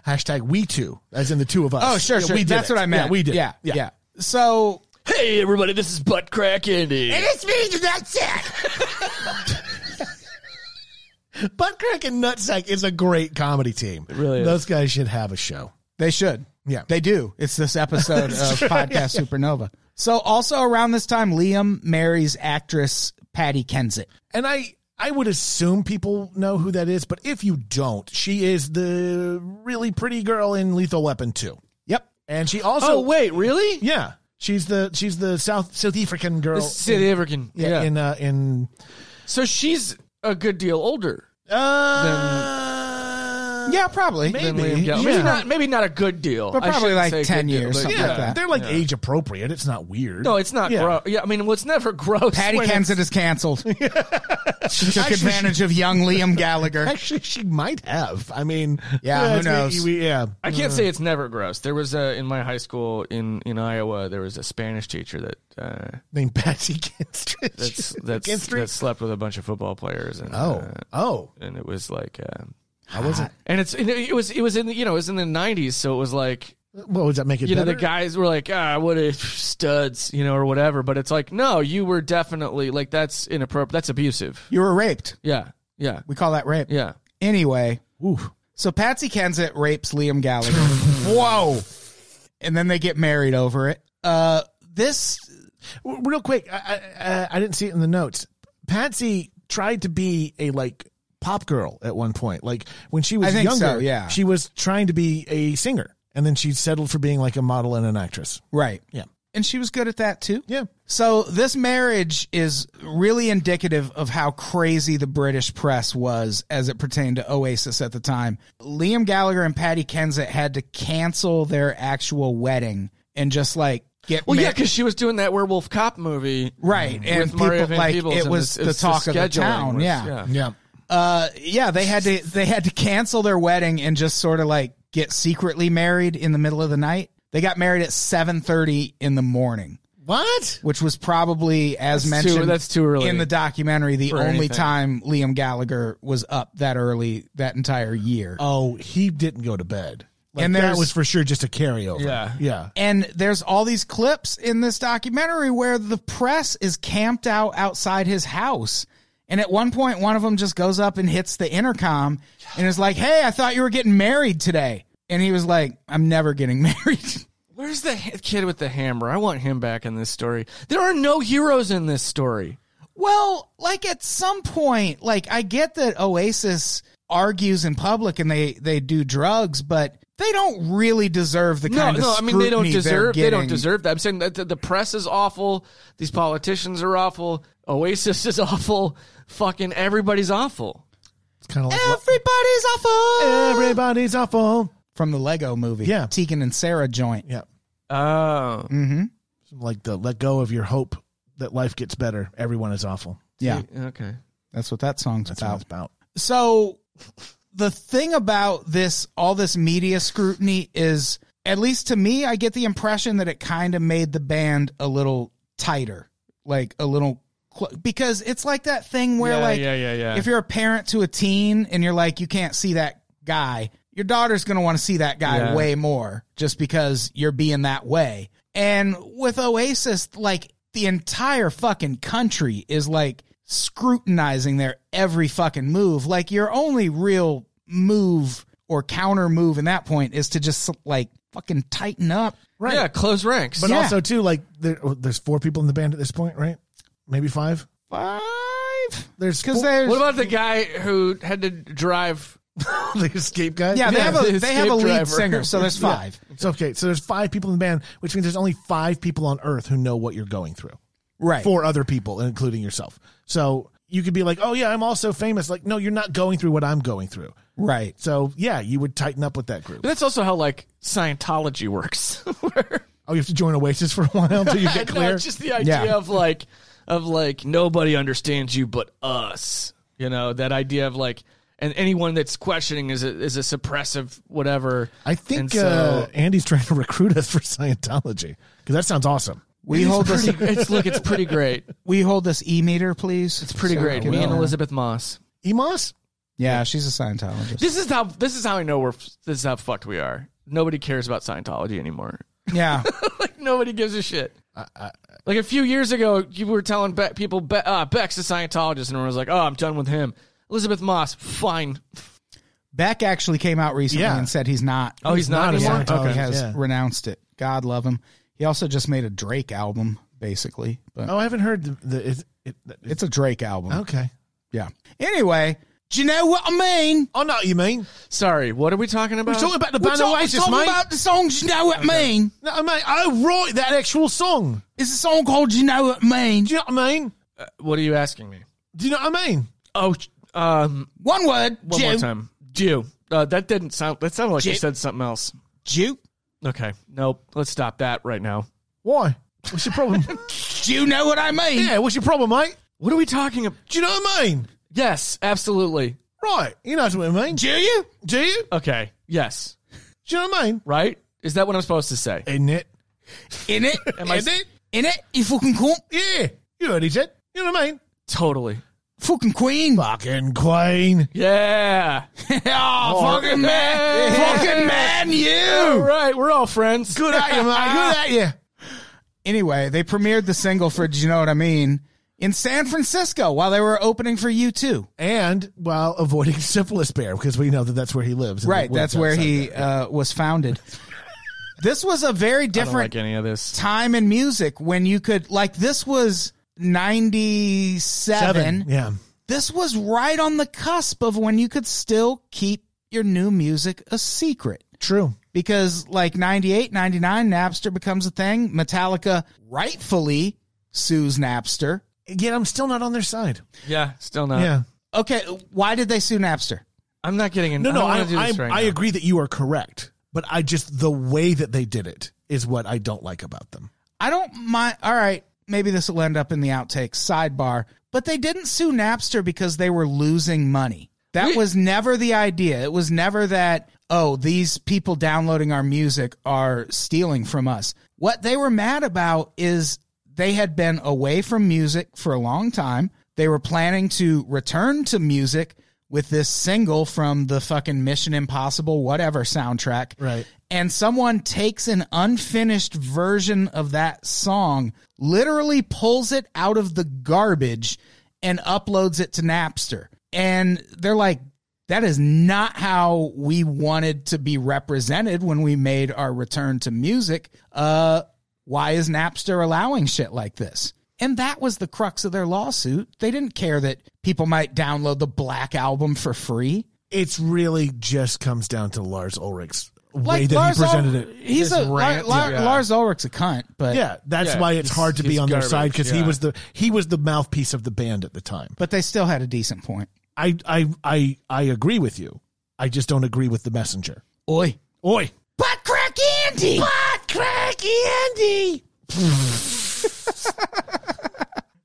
Speaker 4: Hashtag we two, as in the two of us.
Speaker 3: Oh, sure,
Speaker 4: Yeah,
Speaker 3: sure.
Speaker 4: We did
Speaker 3: That's
Speaker 4: it.
Speaker 3: what I meant.
Speaker 4: Yeah, we did.
Speaker 3: Yeah, yeah. So
Speaker 5: Hey, everybody, this is Butt Crack Andy.
Speaker 4: Butt Crack and Nutsack is a great comedy team.
Speaker 5: really is.
Speaker 4: Those guys should have a show.
Speaker 3: they should.
Speaker 4: Yeah.
Speaker 3: They do. It's this episode of Podcast Supernova. So also around this time, Liam marries actress Patty Kensett.
Speaker 4: And I I would assume people know who that is, but if you don't, she is the really pretty girl in Lethal Weapon 2.
Speaker 3: Yep.
Speaker 4: And she also
Speaker 5: Oh, wait, really?
Speaker 4: Yeah. She's the she's the South South African girl.
Speaker 5: City Everkin.
Speaker 4: in, yeah, in uh in
Speaker 5: So she's a good deal older.
Speaker 4: uh
Speaker 3: yeah, probably.
Speaker 5: than
Speaker 4: Maybe,
Speaker 5: Liam Gallagher.
Speaker 4: yeah.
Speaker 5: Maybe not. Maybe not a good deal.
Speaker 3: But
Speaker 5: I
Speaker 3: probably
Speaker 5: shouldn't
Speaker 3: like
Speaker 5: say
Speaker 3: 10
Speaker 5: good deal,
Speaker 3: years,
Speaker 5: but-
Speaker 3: something
Speaker 5: yeah.
Speaker 3: like that.
Speaker 4: they're like age appropriate. It's not weird.
Speaker 5: No, it's not
Speaker 4: Yeah.
Speaker 5: gross. Yeah, I mean, well, it's never gross.
Speaker 3: Patty
Speaker 5: when it's-
Speaker 3: Kensit is canceled. she took
Speaker 4: Actually,
Speaker 3: advantage of young Liam Gallagher.
Speaker 4: Actually, she might have. I mean,
Speaker 3: Yeah, who
Speaker 4: it's- we-
Speaker 3: knows?
Speaker 4: we- yeah,
Speaker 5: I can't say it's never gross. There was a in my high school in in Iowa. There was a Spanish teacher that uh,
Speaker 4: named Patsy Kinstridge.
Speaker 5: that's that's
Speaker 4: Kinstridge?
Speaker 5: that slept with a bunch of football players. And,
Speaker 4: oh,
Speaker 5: uh,
Speaker 4: oh,
Speaker 5: and it was like, um,
Speaker 4: I wasn't.
Speaker 5: and it's and it was it was in the, you know it was in the '90s, so it was like
Speaker 4: What would that make it?
Speaker 5: you know
Speaker 4: better?
Speaker 5: the guys were like ah what if studs you know or whatever, but it's like no, you were definitely like that's inappropriate. That's abusive.
Speaker 3: You were raped.
Speaker 5: Yeah, yeah,
Speaker 3: We call that rape.
Speaker 5: yeah.
Speaker 3: Anyway,
Speaker 4: Ooh.
Speaker 3: so Patsy Kensit rapes Liam Gallagher. Whoa. And then they get married over it. Uh, this
Speaker 4: W- Real quick, I, I, I- I didn't see it in the notes. Patsy tried to be a like pop girl at one point. Like when she was
Speaker 3: I think
Speaker 4: younger,
Speaker 3: so, yeah.
Speaker 4: she was trying to be a singer, and then she settled for being like a model and an actress.
Speaker 3: right.
Speaker 4: Yeah,
Speaker 3: And she was good at that too.
Speaker 4: yeah.
Speaker 3: So this marriage is really indicative of how crazy the British press was as it pertained to Oasis at the time. Liam Gallagher and Patty Kensett had to cancel their actual wedding and just like get
Speaker 5: Well, yeah,
Speaker 3: mar-
Speaker 5: because she was doing that werewolf cop movie,
Speaker 3: right and
Speaker 5: with
Speaker 3: people
Speaker 5: Mario Van
Speaker 3: like
Speaker 5: Peebles,
Speaker 3: it
Speaker 5: and
Speaker 3: was
Speaker 5: it's-
Speaker 3: the
Speaker 5: it's
Speaker 3: talk of the
Speaker 5: scheduling
Speaker 3: town.
Speaker 5: was-
Speaker 3: yeah. Uh, yeah, they had to they had to cancel their wedding and just sort of like get secretly married in the middle of the night. They got married at seven thirty in the morning
Speaker 4: What?
Speaker 3: which was probably, as
Speaker 5: That's too-
Speaker 3: mentioned,
Speaker 5: that's too early
Speaker 3: in the documentary. The
Speaker 5: for
Speaker 3: only
Speaker 5: anything.
Speaker 3: time Liam Gallagher was up that early that entire year.
Speaker 4: Oh, he didn't go to bed.
Speaker 3: And
Speaker 4: Like, and that
Speaker 3: there's-
Speaker 4: was for sure just a carryover.
Speaker 5: Yeah.
Speaker 4: yeah.
Speaker 3: and there's all these clips in this documentary where the press is camped out outside his house. And at one point, one of them just goes up and hits the intercom and is like, Hey, I thought you were getting married today. And he was like, I'm never getting married.
Speaker 5: Where's the ha- kid with the hammer? I want him back in this story. There are no heroes in this story.
Speaker 3: Well, like at some point, like I get that Oasis argues in public and they they do drugs, but they don't really deserve the
Speaker 5: No,
Speaker 3: kind of
Speaker 5: no. I mean, they don't
Speaker 3: scrutiny they're
Speaker 5: deserve. They don't
Speaker 3: getting.
Speaker 5: deserve that. I'm saying that the, the press is awful. These politicians are awful. Oasis is awful. Fucking everybody's awful.
Speaker 4: It's kind of like
Speaker 3: Everybody's awful
Speaker 4: everybody's awful.
Speaker 3: from the Lego Movie.
Speaker 4: Yeah.
Speaker 3: Tegan and Sarah joint.
Speaker 4: Yeah,
Speaker 5: Oh,
Speaker 4: like the let go of your hope that life gets better. Everyone is awful.
Speaker 3: Yeah,
Speaker 5: okay.
Speaker 3: that's what that song's
Speaker 4: That's what
Speaker 3: about.
Speaker 4: it's about.
Speaker 3: so the thing about this all this media scrutiny is at least to me i get the impression that it kind of made the band a little tighter like a little cl- because it's like that thing where
Speaker 5: Yeah,
Speaker 3: like
Speaker 5: yeah, yeah, yeah.
Speaker 3: if you're a parent to a teen and you're like you can't see that guy your daughter's going to want to see that guy
Speaker 5: Yeah.
Speaker 3: way more just because you're being that way and with oasis like the entire fucking country is like scrutinizing their every fucking move like your only real move or counter move in that point is to just like fucking tighten up
Speaker 5: Right. Yeah, close ranks.
Speaker 4: But
Speaker 3: Yeah.
Speaker 4: also too, like there, oh, there's four people in the band at this point, right? Maybe five.
Speaker 3: five
Speaker 4: There's
Speaker 3: because
Speaker 4: four-
Speaker 3: there's
Speaker 5: what about the guy who had to drive?
Speaker 4: the escape guy.
Speaker 3: yeah, they
Speaker 5: Yeah,
Speaker 3: have a
Speaker 5: the
Speaker 3: they have a lead
Speaker 5: escape driver.
Speaker 3: singer so there's five
Speaker 4: It's okay. So there's five people in the band, which means there's only five people on Earth who know what you're going through.
Speaker 3: right
Speaker 4: Four other people, including yourself. So you could be like, "Oh yeah, I'm also famous." Like, no, you're not going through what I'm going through.
Speaker 3: right
Speaker 4: So yeah, you would tighten up with that group.
Speaker 5: But that's also how like Scientology works. Where-
Speaker 4: Oh, you have to join Oasis for a while until you
Speaker 5: I
Speaker 4: get
Speaker 5: know,
Speaker 4: clear.
Speaker 5: it's just the idea
Speaker 3: Yeah.
Speaker 5: of like of like nobody understands you but us. You know that idea of like and anyone that's questioning is a, is a suppressive whatever.
Speaker 4: I
Speaker 5: And
Speaker 4: think
Speaker 5: so-
Speaker 4: uh, Andy's trying to recruit us for Scientology because that sounds awesome.
Speaker 3: we hold this
Speaker 5: it's look, it's pretty great.
Speaker 3: we hold this e meter please
Speaker 5: It's pretty
Speaker 3: So I
Speaker 5: great.
Speaker 3: can,
Speaker 5: Me and
Speaker 3: uh,
Speaker 5: Elizabeth Moss.
Speaker 4: Emos,
Speaker 3: yeah she's a Scientologist
Speaker 5: This is how this is how I know we're f- this is how fucked we are. Nobody cares about Scientology anymore.
Speaker 3: yeah
Speaker 5: like nobody gives a shit. like a few years ago, you were telling Be- people Be- uh, Beck's a Scientologist, and everyone was like, "Oh, I'm done with him." Elizabeth Moss, fine.
Speaker 3: Beck actually came out recently
Speaker 4: Yeah.
Speaker 3: and said he's not
Speaker 5: Oh, he's, not,
Speaker 4: not a
Speaker 5: anymore.
Speaker 4: Scientologist.
Speaker 3: he
Speaker 4: Okay.
Speaker 3: has
Speaker 4: Yeah.
Speaker 3: renounced it. God love him. He also just made a Drake album, basically, but
Speaker 4: Oh, I haven't heard the. the is, it, it,
Speaker 3: it's a Drake album.
Speaker 4: okay.
Speaker 3: Yeah. Anyway, do you know what I mean?
Speaker 4: Oh no, you mean?
Speaker 5: Sorry, what are we talking about?
Speaker 4: about the
Speaker 3: We're talking, we're talking about the songs. You know what I mean?
Speaker 4: No, mate. Oh, right, that actual song.
Speaker 3: It's a song called "You Know What I Mean."
Speaker 4: Do you know what I mean?
Speaker 5: what are you asking me?
Speaker 4: Do you know what I mean?
Speaker 5: Oh, um,
Speaker 3: One word.
Speaker 5: one
Speaker 3: Jew.
Speaker 5: more time, Jew. Uh, that didn't sound. That sounded like you
Speaker 3: Jit.
Speaker 5: said something else.
Speaker 3: Jew?
Speaker 5: Okay. Nope. Let's stop that right now.
Speaker 4: Why? What's your problem?
Speaker 3: Do you know what I mean?
Speaker 4: yeah, what's your problem, mate?
Speaker 5: What are we talking about?
Speaker 4: Do you know what I mean?
Speaker 5: Yes, absolutely.
Speaker 4: Right. You know what I mean.
Speaker 3: Do you? Uh,
Speaker 4: Do you?
Speaker 5: Okay. Yes.
Speaker 4: Do you know what I mean?
Speaker 5: Right? Is that what I'm supposed to say?
Speaker 4: Isn't it?
Speaker 3: In it?
Speaker 5: I-
Speaker 4: Isn't it?
Speaker 3: In it? You fucking cunt?
Speaker 4: Yeah. You know what he said. You know what I mean?
Speaker 5: Totally.
Speaker 3: Fucking queen.
Speaker 4: Fucking queen.
Speaker 5: Yeah.
Speaker 3: oh, fucking man. Fucking man,
Speaker 5: All
Speaker 3: you.
Speaker 5: right. We're all friends.
Speaker 4: Good at you, mate. Good at you.
Speaker 3: Anyway, they premiered the single for Do You Know What I Mean in San Francisco while they were opening for U2.
Speaker 4: And while avoiding syphilis bear, because we know that that's where he lives. and
Speaker 3: Right.
Speaker 4: the world's
Speaker 3: That's where
Speaker 4: outside
Speaker 3: he uh, was founded. this was a very
Speaker 5: I don't
Speaker 3: different
Speaker 5: like any of this.
Speaker 3: time in music when you could, like, this was 97.
Speaker 4: there. Seven. Yeah.
Speaker 3: This was right on the cusp of when you could still keep your new music a secret.
Speaker 4: True.
Speaker 3: because like 98 99 napster becomes a thing metallica rightfully sues napster
Speaker 4: Again, I'm still not on their side.
Speaker 5: Yeah. Still
Speaker 3: Uh,
Speaker 5: not.
Speaker 4: yeah.
Speaker 3: okay why did they sue napster
Speaker 5: I'm not getting in.
Speaker 4: No, no, I,
Speaker 5: I, don't wanna
Speaker 4: I,
Speaker 5: do this right
Speaker 4: I
Speaker 5: now.
Speaker 4: agree that you are correct, but I just the way that they did it is what I don't like about them.
Speaker 3: i don't mind all right maybe this will end up in the outtakes sidebar but they didn't sue napster because they were losing money that
Speaker 5: We-
Speaker 3: was never the idea it was never that oh these people downloading our music are stealing from us what they were mad about is they had been away from music for a long time. They were planning to return to music with this single from the fucking Mission Impossible whatever soundtrack.
Speaker 4: Right.
Speaker 3: And someone takes an unfinished version of that song, literally pulls it out of the garbage and uploads it to Napster. And they're like, that is not how we wanted to be represented when we made our return to music. Uh, why is Napster allowing shit like this? And that was the crux of their lawsuit. They didn't care that people might download the Black Album for free.
Speaker 4: It's really just comes down to Lars Ulrich's way
Speaker 3: Like
Speaker 4: that
Speaker 3: Lars
Speaker 4: he presented
Speaker 3: Ulrich,
Speaker 4: it.
Speaker 3: he's
Speaker 5: This
Speaker 3: a
Speaker 5: rant,
Speaker 3: Lar- Lar-
Speaker 5: yeah.
Speaker 3: Lars Ulrich's a cunt, but
Speaker 4: Yeah, that's
Speaker 5: Yeah,
Speaker 4: why it's
Speaker 5: he's-
Speaker 4: hard to be
Speaker 5: he's
Speaker 4: on their
Speaker 5: garbage,
Speaker 4: side because he
Speaker 5: yeah.
Speaker 4: was the he was the mouthpiece of the band at the time.
Speaker 3: but they still had a decent point.
Speaker 4: I I I I agree with you. I just don't agree with the messenger.
Speaker 3: Oi,
Speaker 4: Oi,
Speaker 3: butt crack Andy, butt crack Andy.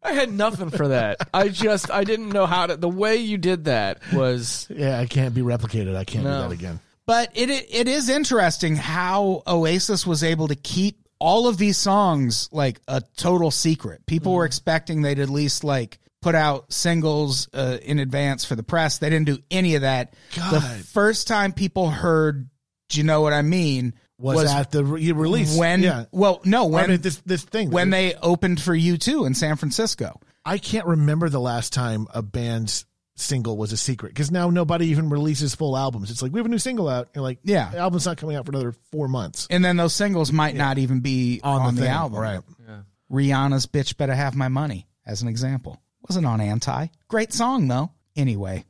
Speaker 5: I had nothing for that. I just I didn't know how to. The way you did that was
Speaker 4: yeah, I can't be replicated. I can't
Speaker 5: No.
Speaker 4: do that again.
Speaker 3: But it, it it is interesting how Oasis was able to keep all of these songs like a total secret. People
Speaker 4: Mm-hmm.
Speaker 3: were expecting they'd at least like put out singles uh, in advance for the press. They didn't do any of that. The
Speaker 4: God.
Speaker 3: first time people heard, do you know what I mean?
Speaker 4: Was, at the re- release
Speaker 3: when?
Speaker 4: Yeah,
Speaker 3: Well, no,
Speaker 4: when
Speaker 3: when
Speaker 4: this this thing
Speaker 3: when they opened for U two in San Francisco.
Speaker 4: I can't remember the last time a band's single was a secret because now nobody even releases full albums. It's like we have a new single out. You're like,
Speaker 3: Yeah.
Speaker 4: the album's not coming out for another four months
Speaker 3: And then those singles might not even be on, the,
Speaker 4: thing,
Speaker 3: album.
Speaker 4: right?
Speaker 3: Rihanna's Bitch Better Have My Money, as an example. Wasn't on Anti. Great song, though. Anyway.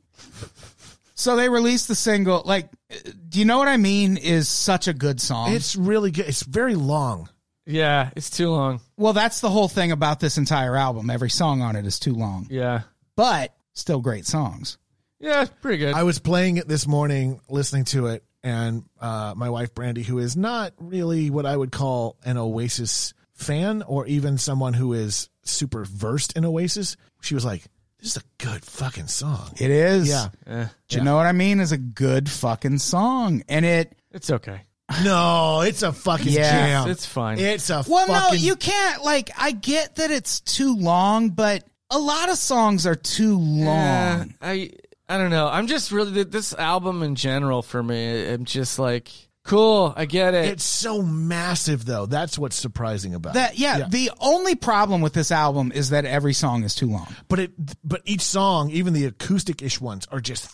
Speaker 3: so they released the single. Like, uh, do you know what I mean? Is such a good song.
Speaker 4: It's really good. It's very long.
Speaker 5: yeah. It's too long.
Speaker 3: well, that's the whole thing about this entire album. Every song on it is too long,
Speaker 5: Yeah.
Speaker 3: but still great songs.
Speaker 5: Yeah. it's Pretty good.
Speaker 4: I was playing it this morning, listening to it, and uh, my wife Brandy, who is not really what I would call an Oasis fan or even someone who is super versed in Oasis, she was like, "This is a good fucking song."
Speaker 3: It is.
Speaker 4: Yeah.
Speaker 5: Eh,
Speaker 3: Do you know what I mean? Is a good fucking song. And it.
Speaker 5: it's okay.
Speaker 4: No, it's a fucking
Speaker 3: Yeah.
Speaker 4: jam.
Speaker 5: It's fine.
Speaker 4: It's a
Speaker 3: Well, no,
Speaker 4: fucking
Speaker 3: you can't. Like, I get that it's too long, but a lot of songs are too long.
Speaker 5: Yeah, I I don't know. I'm just really th- this album in general for me. I'm just like cool. I get it.
Speaker 4: It's so massive, though. That's what's surprising about it.
Speaker 3: That yeah, the only problem with this album is that every song is too long.
Speaker 4: But it, but each song, even the acoustic-ish ones, are just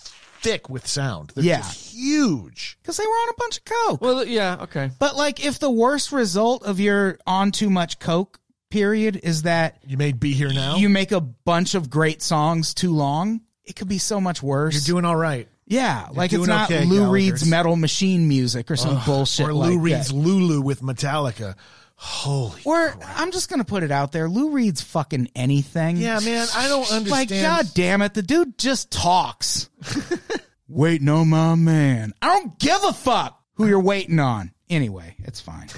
Speaker 4: thick with sound. They're
Speaker 3: Yeah.
Speaker 4: just huge.
Speaker 3: Because they were on a bunch of coke.
Speaker 5: well, yeah. Okay.
Speaker 3: but like if the worst result of your on too much coke period is that
Speaker 4: You made "Be Here Now."
Speaker 3: you make a bunch of great songs too long, it could be so much worse.
Speaker 4: are doing all right.
Speaker 3: yeah, like
Speaker 4: doing
Speaker 3: it's not
Speaker 4: okay,
Speaker 3: Lou
Speaker 4: Gallagher's.
Speaker 3: Reed's metal machine music or some bullshit
Speaker 4: Or
Speaker 3: like
Speaker 4: Lou
Speaker 3: that.
Speaker 4: Reed's "Lulu" with Metallica. Holy.
Speaker 3: Or I'm just gonna put it out there, Lou Reed's fucking anything.
Speaker 4: yeah, man. I don't understand.
Speaker 3: Like, god damn it, the dude just talks. waiting on my man. I don't give a fuck who you're waiting on. Anyway, it's fine.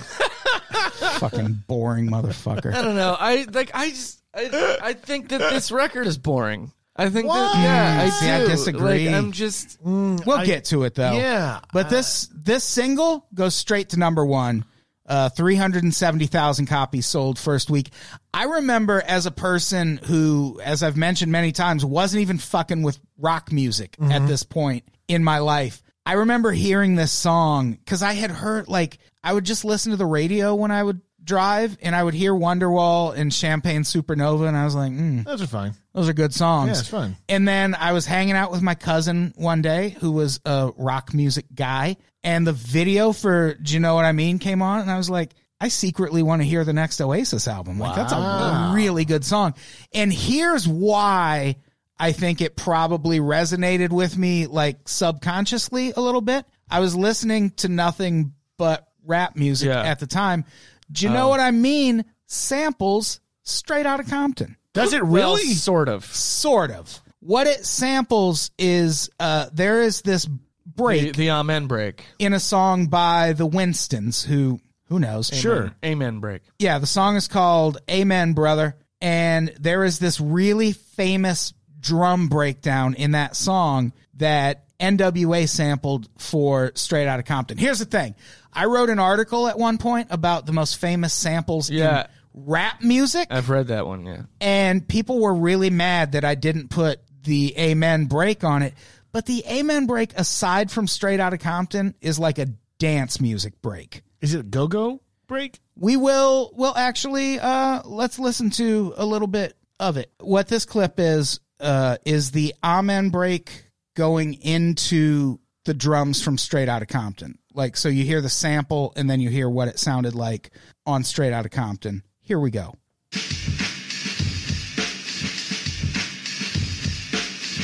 Speaker 3: Fucking boring
Speaker 5: I
Speaker 3: motherfucker.
Speaker 5: don't know. I like. I just. I, I think that this record is boring. I think
Speaker 4: What?
Speaker 5: that. Yeah, I
Speaker 3: See, I
Speaker 5: do.
Speaker 3: disagree.
Speaker 5: Like, I'm just.
Speaker 3: We'll get to it though.
Speaker 4: Yeah.
Speaker 3: But this this single goes straight to number one. Uh, 370,000 copies sold first week. I remember as a person who, as I've mentioned many times, wasn't even fucking with rock music at this point in my life. I remember hearing this song because I had heard, like, I would just listen to the radio when I would drive and I would hear Wonderwall and Champagne Supernova, and I was like, mm,
Speaker 4: Those are fine.
Speaker 3: those are good songs.
Speaker 4: Yeah, it's fun.
Speaker 3: And then I was hanging out with my cousin one day who was a rock music guy, and the video for Do You Know What I Mean came on, and I was like, I secretly want to hear the next Oasis album. Like, that's a really good song. And here's why I think it probably resonated with me, like subconsciously a little bit. I was listening to nothing but rap music
Speaker 5: Yeah.
Speaker 3: at the time. Do you
Speaker 4: Oh.
Speaker 3: know what I mean? Samples straight out of Compton
Speaker 4: Does it
Speaker 5: Well,
Speaker 4: really?
Speaker 5: sort of.
Speaker 3: sort of. What it samples is uh, there is this
Speaker 5: The,
Speaker 3: break
Speaker 5: the amen break.
Speaker 3: in a song by the Winstons, who who knows?
Speaker 4: Sure.
Speaker 5: Amen break.
Speaker 3: Yeah, the song is called Amen, Brother. And there is this really famous drum breakdown in that song that NWA sampled for Straight Outta Compton. Here's the thing I wrote an article at one point about the most famous samples
Speaker 5: Yeah.
Speaker 3: in rap music
Speaker 5: I've read that one. Yeah.
Speaker 3: and people were really mad that I didn't put the amen break on it. But the amen break, aside from straight out of Compton, is like a dance music break.
Speaker 4: Is it go go break?
Speaker 3: We will, well, actually, uh, let's listen to a little bit of it. What this clip is, uh, is the amen break going into the drums from straight out of Compton. Like, so you hear the sample and then you hear what it sounded like on straight out of Compton. Here we go.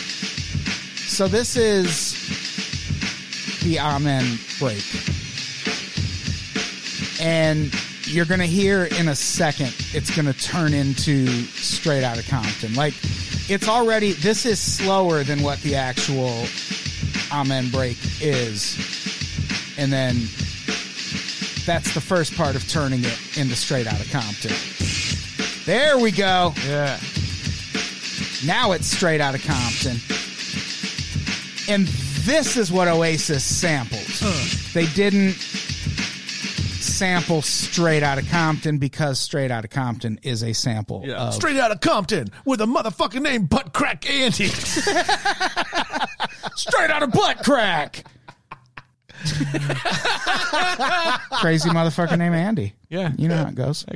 Speaker 3: So this is the Amen break. And you're going to hear in a second, it's going to turn into straight out of Compton. Like, it's already, this is slower than what the actual Amen break is. And then that's the first part of turning it into straight out of Compton. There we go.
Speaker 4: Yeah.
Speaker 3: Now it's straight out of Compton. And this is what Oasis sampled. They didn't sample straight out of Compton because straight out of Compton is a sample
Speaker 5: Yeah.
Speaker 3: of
Speaker 4: Straight out of Compton with a motherfucking name, Butt Crack Andy.
Speaker 3: straight out of butt crack. Crazy motherfucker named Andy.
Speaker 5: Yeah.
Speaker 3: You know how it goes.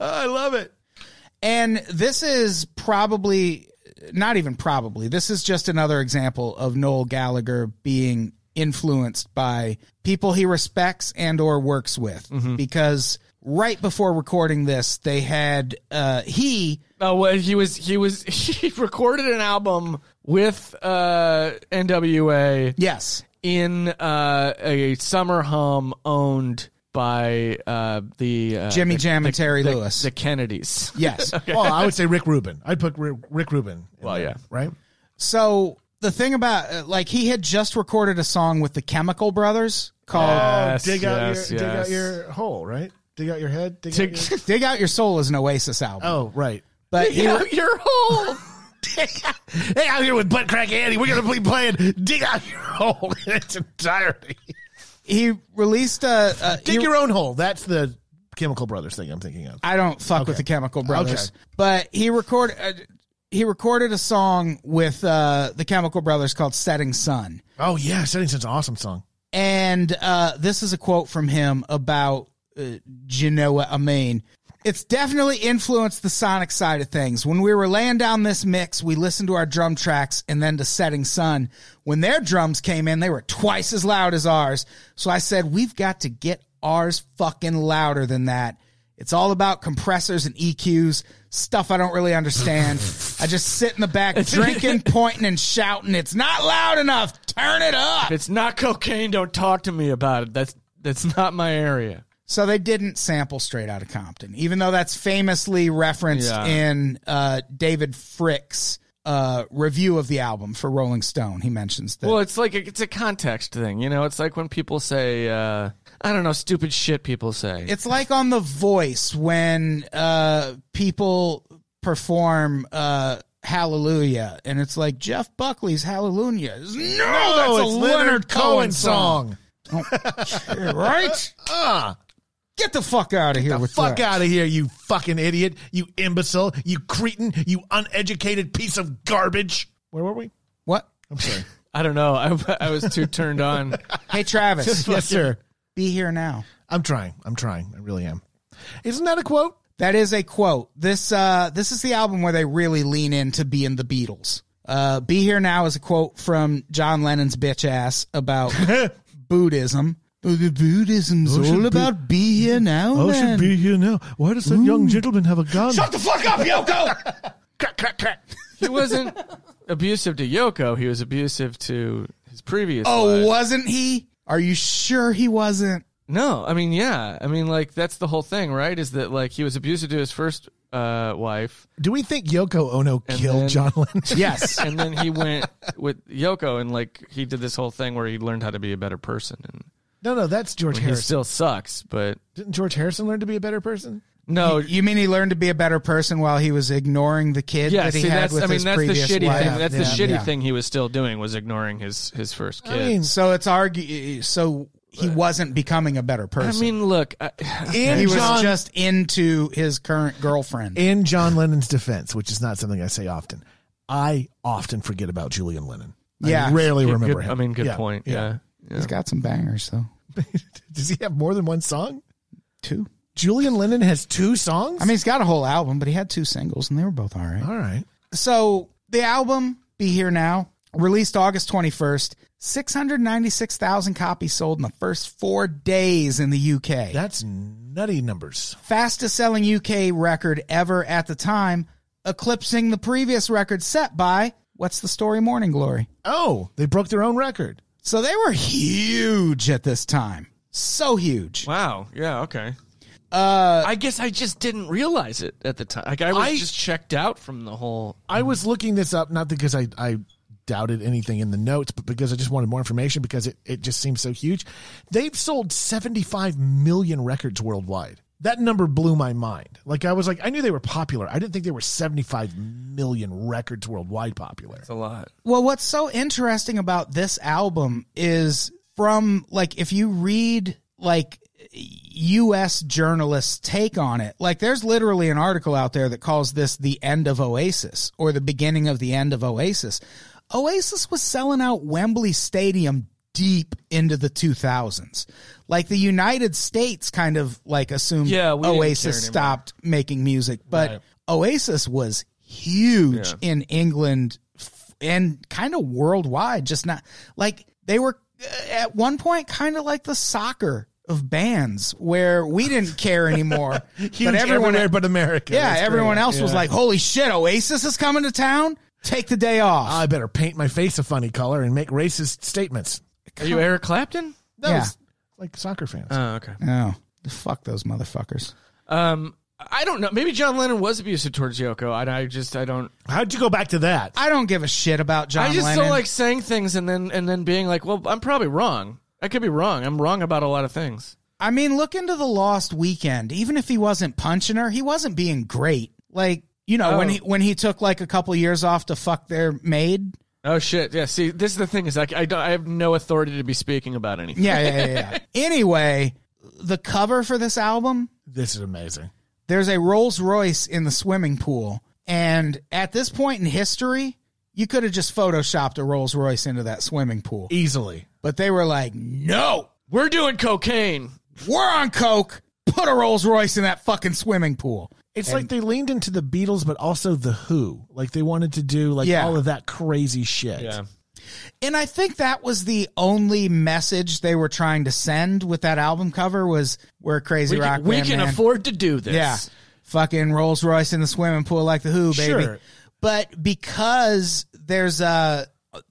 Speaker 4: I love it.
Speaker 3: And this is probably not even probably. This is just another example of Noel Gallagher being influenced by people he respects and or works with
Speaker 4: Mm-hmm.
Speaker 3: because right before recording this they had uh he
Speaker 5: Oh well, he was he was he recorded an album with uh, NWA
Speaker 3: yes
Speaker 5: in uh, a summer home owned by uh, the uh,
Speaker 3: Jimmy
Speaker 5: the-
Speaker 3: Jam and Terry
Speaker 5: the,
Speaker 3: Lewis
Speaker 5: the Kennedys.
Speaker 3: yes
Speaker 4: Well, I would say Rick Rubin. I'd put Rick, Rick Rubin. in
Speaker 5: Well,
Speaker 4: there,
Speaker 5: yeah.
Speaker 4: Right?
Speaker 3: So the thing about uh, like he had just recorded a song with the Chemical Brothers called
Speaker 5: Yes,
Speaker 4: Oh, dig out
Speaker 5: yes,
Speaker 4: your dig
Speaker 5: yes.
Speaker 4: out your hole, right? Dig out your head. Dig.
Speaker 5: Dig-
Speaker 4: out your...
Speaker 3: "Dig Out Your Soul" is an Oasis album,
Speaker 4: Oh, right.
Speaker 3: but he,
Speaker 5: Yeah, you're old.
Speaker 4: Hey, out here with Butt Crack Andy, we're gonna be playing "Dig Out Your Hole" in its entirety.
Speaker 3: he released a, a
Speaker 4: Dig
Speaker 3: he-
Speaker 4: your own hole. That's the Chemical Brothers thing I'm thinking of.
Speaker 3: I don't fuck with the Chemical Brothers, but he record uh, he recorded a song with uh, the Chemical Brothers called "Setting Sun,"
Speaker 4: Oh yeah, Setting Sun's an awesome song.
Speaker 3: and uh, this is a quote from him about uh, Genoa Amin. It's definitely influenced the sonic side of things. When we were laying down this mix, we listened to our drum tracks and then to Setting Sun. When their drums came in, they were twice as loud as ours. So I said, we've got to get ours fucking louder than that. It's all about compressors and EQs, stuff I don't really understand. I just sit in the back drinking, pointing, and shouting. It's not loud enough. Turn it up.
Speaker 5: If it's not cocaine. Don't talk to me about it. That's that's not my area.
Speaker 3: So they didn't sample straight out of Compton, even though that's famously referenced
Speaker 5: Yeah.
Speaker 3: in uh, David Frick's uh, review of the album for Rolling Stone, he mentions that.
Speaker 5: Well, it's like a, it's a context thing, you know. It's like when people say, uh, I don't know, stupid shit. People say
Speaker 3: It's like on The Voice when uh, people perform uh, Hallelujah, and it's like Jeff Buckley's Hallelujah. is- No, that's a Leonard, Cohen, song, right?
Speaker 4: Ah,
Speaker 3: Get the fuck out of here
Speaker 4: the
Speaker 3: with
Speaker 4: fuck
Speaker 3: that.
Speaker 4: out of here, you fucking idiot, you imbecile, you cretin, you uneducated piece of garbage. Where were we?
Speaker 3: What?
Speaker 4: I'm sorry.
Speaker 5: I don't know. I, I was too turned on.
Speaker 3: Hey Travis,
Speaker 4: yes, sir.
Speaker 3: be here now.
Speaker 4: I'm trying. I'm trying. I really am. Isn't that a quote?
Speaker 3: That is a quote. This uh, this is the album where they really lean into being the Beatles. Uh, "Be Here Now" is a quote from John Lennon's bitch ass about Buddhism. Oh, The Buddhism's
Speaker 5: Oh,
Speaker 4: should
Speaker 3: all
Speaker 4: be-
Speaker 3: about be here now,
Speaker 4: Oh,
Speaker 3: man.
Speaker 4: here now. Why does that young gentleman have a gun? Mm. Shut the fuck up, Yoko! crack, crack, crack.
Speaker 5: He wasn't abusive to Yoko. He was abusive to his previous.
Speaker 3: oh,
Speaker 5: wife.
Speaker 3: wasn't he? Are you sure he wasn't?
Speaker 5: No, I mean, yeah, I mean, like that's the whole thing, right? Is that like he was abusive to his first uh, wife,
Speaker 4: Do we think Yoko Ono killed
Speaker 5: then-
Speaker 4: John Lennon?
Speaker 3: Yes.
Speaker 5: and then he went with Yoko, and like he did this whole thing where he learned how to be a better person, and
Speaker 4: no, no, that's George
Speaker 5: he
Speaker 4: Harrison.
Speaker 5: still sucks, but
Speaker 4: Didn't George Harrison learn to be a better person?
Speaker 5: no,
Speaker 3: you mean he learned to be a better person while he was ignoring the kid
Speaker 5: yeah,
Speaker 3: that he
Speaker 5: see,
Speaker 3: had
Speaker 5: that's
Speaker 3: with
Speaker 5: I mean,
Speaker 3: his
Speaker 5: that's the
Speaker 3: previous
Speaker 5: shitty
Speaker 3: wife?
Speaker 5: thing. That's the
Speaker 3: Yeah,
Speaker 5: shitty
Speaker 3: yeah.
Speaker 5: thing he was still doing was ignoring his his first kid.
Speaker 4: I mean,
Speaker 3: So it's argue. So he wasn't becoming a better
Speaker 5: I
Speaker 3: person.
Speaker 5: mean, look, I,
Speaker 4: in
Speaker 3: he was
Speaker 4: John,
Speaker 3: just into his current girlfriend.
Speaker 4: in John Lennon's defense, which is not something I say often, I often forget about Julian Lennon.
Speaker 3: Yeah.
Speaker 4: I rarely
Speaker 5: good-
Speaker 4: remember
Speaker 5: good-
Speaker 4: him.
Speaker 5: I mean, good point. Yeah, yeah.
Speaker 3: He's got some bangers though.
Speaker 4: Does he have more than one song?
Speaker 3: Two.
Speaker 4: Julian Lennon has two songs?
Speaker 3: I mean, he's got a whole album, but he had two singles, and they were both all right.
Speaker 4: all right.
Speaker 3: So the album "Be Here Now" released August twenty first. Six hundred ninety six thousand copies sold in the first four days in the UK.
Speaker 4: That's nutty numbers.
Speaker 3: fastest selling UK record ever at the time, eclipsing the previous record set by What's the Story Morning Glory.
Speaker 4: Oh, they broke their own record.
Speaker 3: So they were huge at this time. So huge.
Speaker 5: Wow. Yeah. Okay. Uh, I guess I just didn't realize it at the time. Like I was
Speaker 4: I-
Speaker 5: just checked out from the whole.
Speaker 4: I was looking this up, not because I, I doubted anything in the notes, but because I just wanted more information because it, it just seems so huge. They've sold 75 million records worldwide. That number blew my mind. Like, I was like, I knew they were popular. I didn't think they were 75 million records worldwide popular.
Speaker 5: a lot.
Speaker 3: Well, what's so interesting about this album is from like if you read like US journalists take on it. Like there's literally an article out there that calls this the end of Oasis or the beginning of the end of Oasis. Oasis was selling out Wembley Stadium deep into the 2000s. Like the United States kind of like assumed
Speaker 5: Yeah, we didn't care
Speaker 3: Oasis
Speaker 5: anymore.
Speaker 3: stopped making music, but Oasis was huge
Speaker 5: Yeah.
Speaker 3: in England f- and kind of worldwide. Just not like they were uh, at one point kind of like the soccer of bands where we didn't care anymore,
Speaker 4: Huge everywhere but America.
Speaker 3: yeah,
Speaker 4: That's
Speaker 3: everyone
Speaker 4: great.
Speaker 3: else was like, "Holy shit, Oasis is coming to town! Take the day off."
Speaker 4: I better paint my face a funny color and make racist statements.
Speaker 5: Are you Eric Clapton?
Speaker 4: No,
Speaker 3: Yeah.
Speaker 4: it's like soccer fans.
Speaker 5: Oh, okay.
Speaker 3: oh, fuck those motherfuckers!
Speaker 5: Um, I don't know. Maybe John Lennon was abusive towards Yoko. I, I just I don't.
Speaker 4: How'd you go back to that?
Speaker 3: I don't give a shit about John
Speaker 5: I just
Speaker 3: Lennon.
Speaker 5: don't like saying things and then and then being like, well, I'm probably wrong. I could be wrong. I'm wrong about a lot of things.
Speaker 3: I mean, look into the Lost Weekend. Even if he wasn't punching her, he wasn't being great. Like you know when
Speaker 5: Oh.
Speaker 3: he when he took like a couple years off to fuck their maid.
Speaker 5: Oh shit! Yeah. See, this is the thing is like I don't. I have no authority to be speaking about anything.
Speaker 3: Yeah, yeah, yeah. yeah. anyway, the cover for this album
Speaker 4: This is amazing.
Speaker 3: there's a Rolls Royce in the swimming pool. And at this point in history, you could have just photoshopped a Rolls Royce into that swimming pool.
Speaker 4: Easily.
Speaker 3: But they were like, no,
Speaker 5: We're doing cocaine.
Speaker 3: we're on Coke. Put a Rolls Royce in that fucking swimming pool.
Speaker 4: It's like they leaned into the Beatles, but also the Who. Like they wanted to do like
Speaker 3: Yeah.
Speaker 4: all of that crazy shit.
Speaker 3: And I think that was the only message they were trying to send with that album cover was we're a crazy
Speaker 5: We
Speaker 3: rock
Speaker 5: can, we
Speaker 3: band,
Speaker 5: can
Speaker 3: man.
Speaker 5: afford to do this.
Speaker 3: Yeah. Fucking Rolls Royce in the swimming pool like the Who, baby.
Speaker 4: Sure.
Speaker 3: But because there's a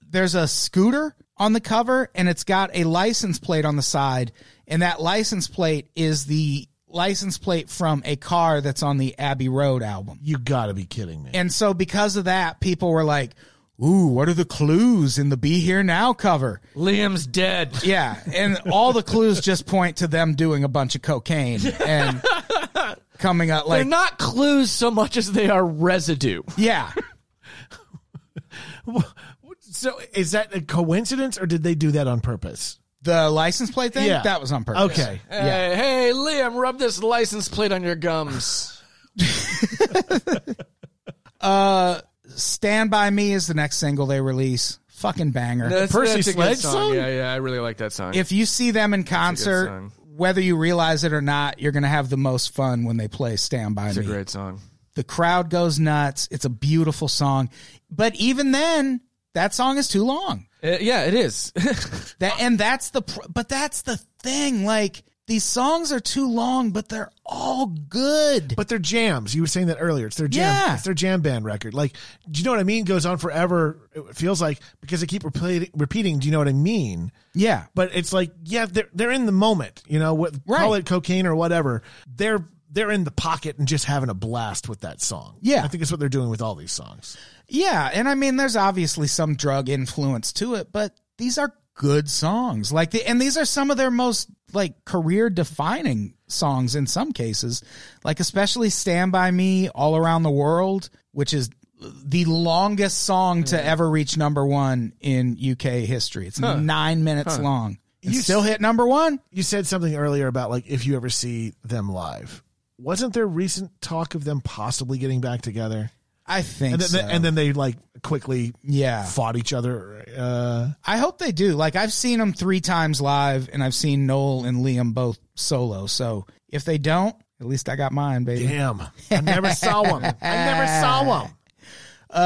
Speaker 3: there's a scooter on the cover and it's got a license plate on the side, and that license plate is the license plate from a car that's on the Abbey Road album.
Speaker 4: You gotta be kidding me.
Speaker 3: And so because of that, people were like, Ooh, what are the clues in the Be Here Now cover?
Speaker 5: Liam's dead.
Speaker 3: Yeah. And all the clues just point to them doing a bunch of cocaine and coming up
Speaker 5: They're
Speaker 3: like,
Speaker 5: not clues so much as they are residue.
Speaker 3: yeah.
Speaker 4: So is that a coincidence or did they do that on purpose?
Speaker 3: The license plate thing?
Speaker 4: Yeah.
Speaker 3: That was on purpose.
Speaker 4: Okay.
Speaker 5: Hey, hey, Liam, rub this license plate on your gums.
Speaker 3: Stand By Me is the next single they release. Fucking banger.
Speaker 4: Percy
Speaker 5: a good
Speaker 4: Sledge
Speaker 5: song.
Speaker 4: song?
Speaker 5: Yeah, yeah, I really like that song.
Speaker 3: if you see them in concert,
Speaker 5: song.
Speaker 3: whether you realize it or not, you're going to have the most fun when they play Stand By
Speaker 5: it's a
Speaker 3: Me.
Speaker 5: great song.
Speaker 3: The crowd goes nuts. It's a beautiful song. But even then, that song is too long.
Speaker 5: Uh, yeah, it is.
Speaker 3: That and that's the pr- but that's the thing. Like these songs are too long, but they're all good.
Speaker 4: But they're jams. You were saying that earlier. It's their jam.
Speaker 3: Yeah.
Speaker 4: It's their jam band record. Like, do you know what I mean? Goes on forever. It feels like because they keep repeating. repeating do you know what I mean?
Speaker 3: yeah,
Speaker 4: But it's like, yeah, they're they're in the moment. You know, with,
Speaker 3: Right.
Speaker 4: call it cocaine or whatever. They're they're in the pocket and just having a blast with that song.
Speaker 3: Yeah.
Speaker 4: I think it's what they're doing with all these songs.
Speaker 3: yeah. And I mean, there's obviously some drug influence to it, but these are good songs. Like the and these are some of their most like career defining songs in some cases. Like especially "Stand by Me," "All Around the World," which is the longest song to ever reach number one in UK history. It's nine minutes long. It
Speaker 4: You
Speaker 3: still hit number one.
Speaker 4: You said something earlier about like if you ever see them live. Wasn't there recent talk of them possibly getting back together?
Speaker 3: I think
Speaker 4: And then,
Speaker 3: so.
Speaker 4: and then they like quickly
Speaker 3: Yeah.
Speaker 4: fought each other. Uh,
Speaker 3: I hope they do. Like I've seen them three times live, and I've seen Noel and Liam both solo. So if they don't, at least I got mine, baby. Yeah,
Speaker 4: Damn. I never saw him. I never saw him.
Speaker 3: Uh,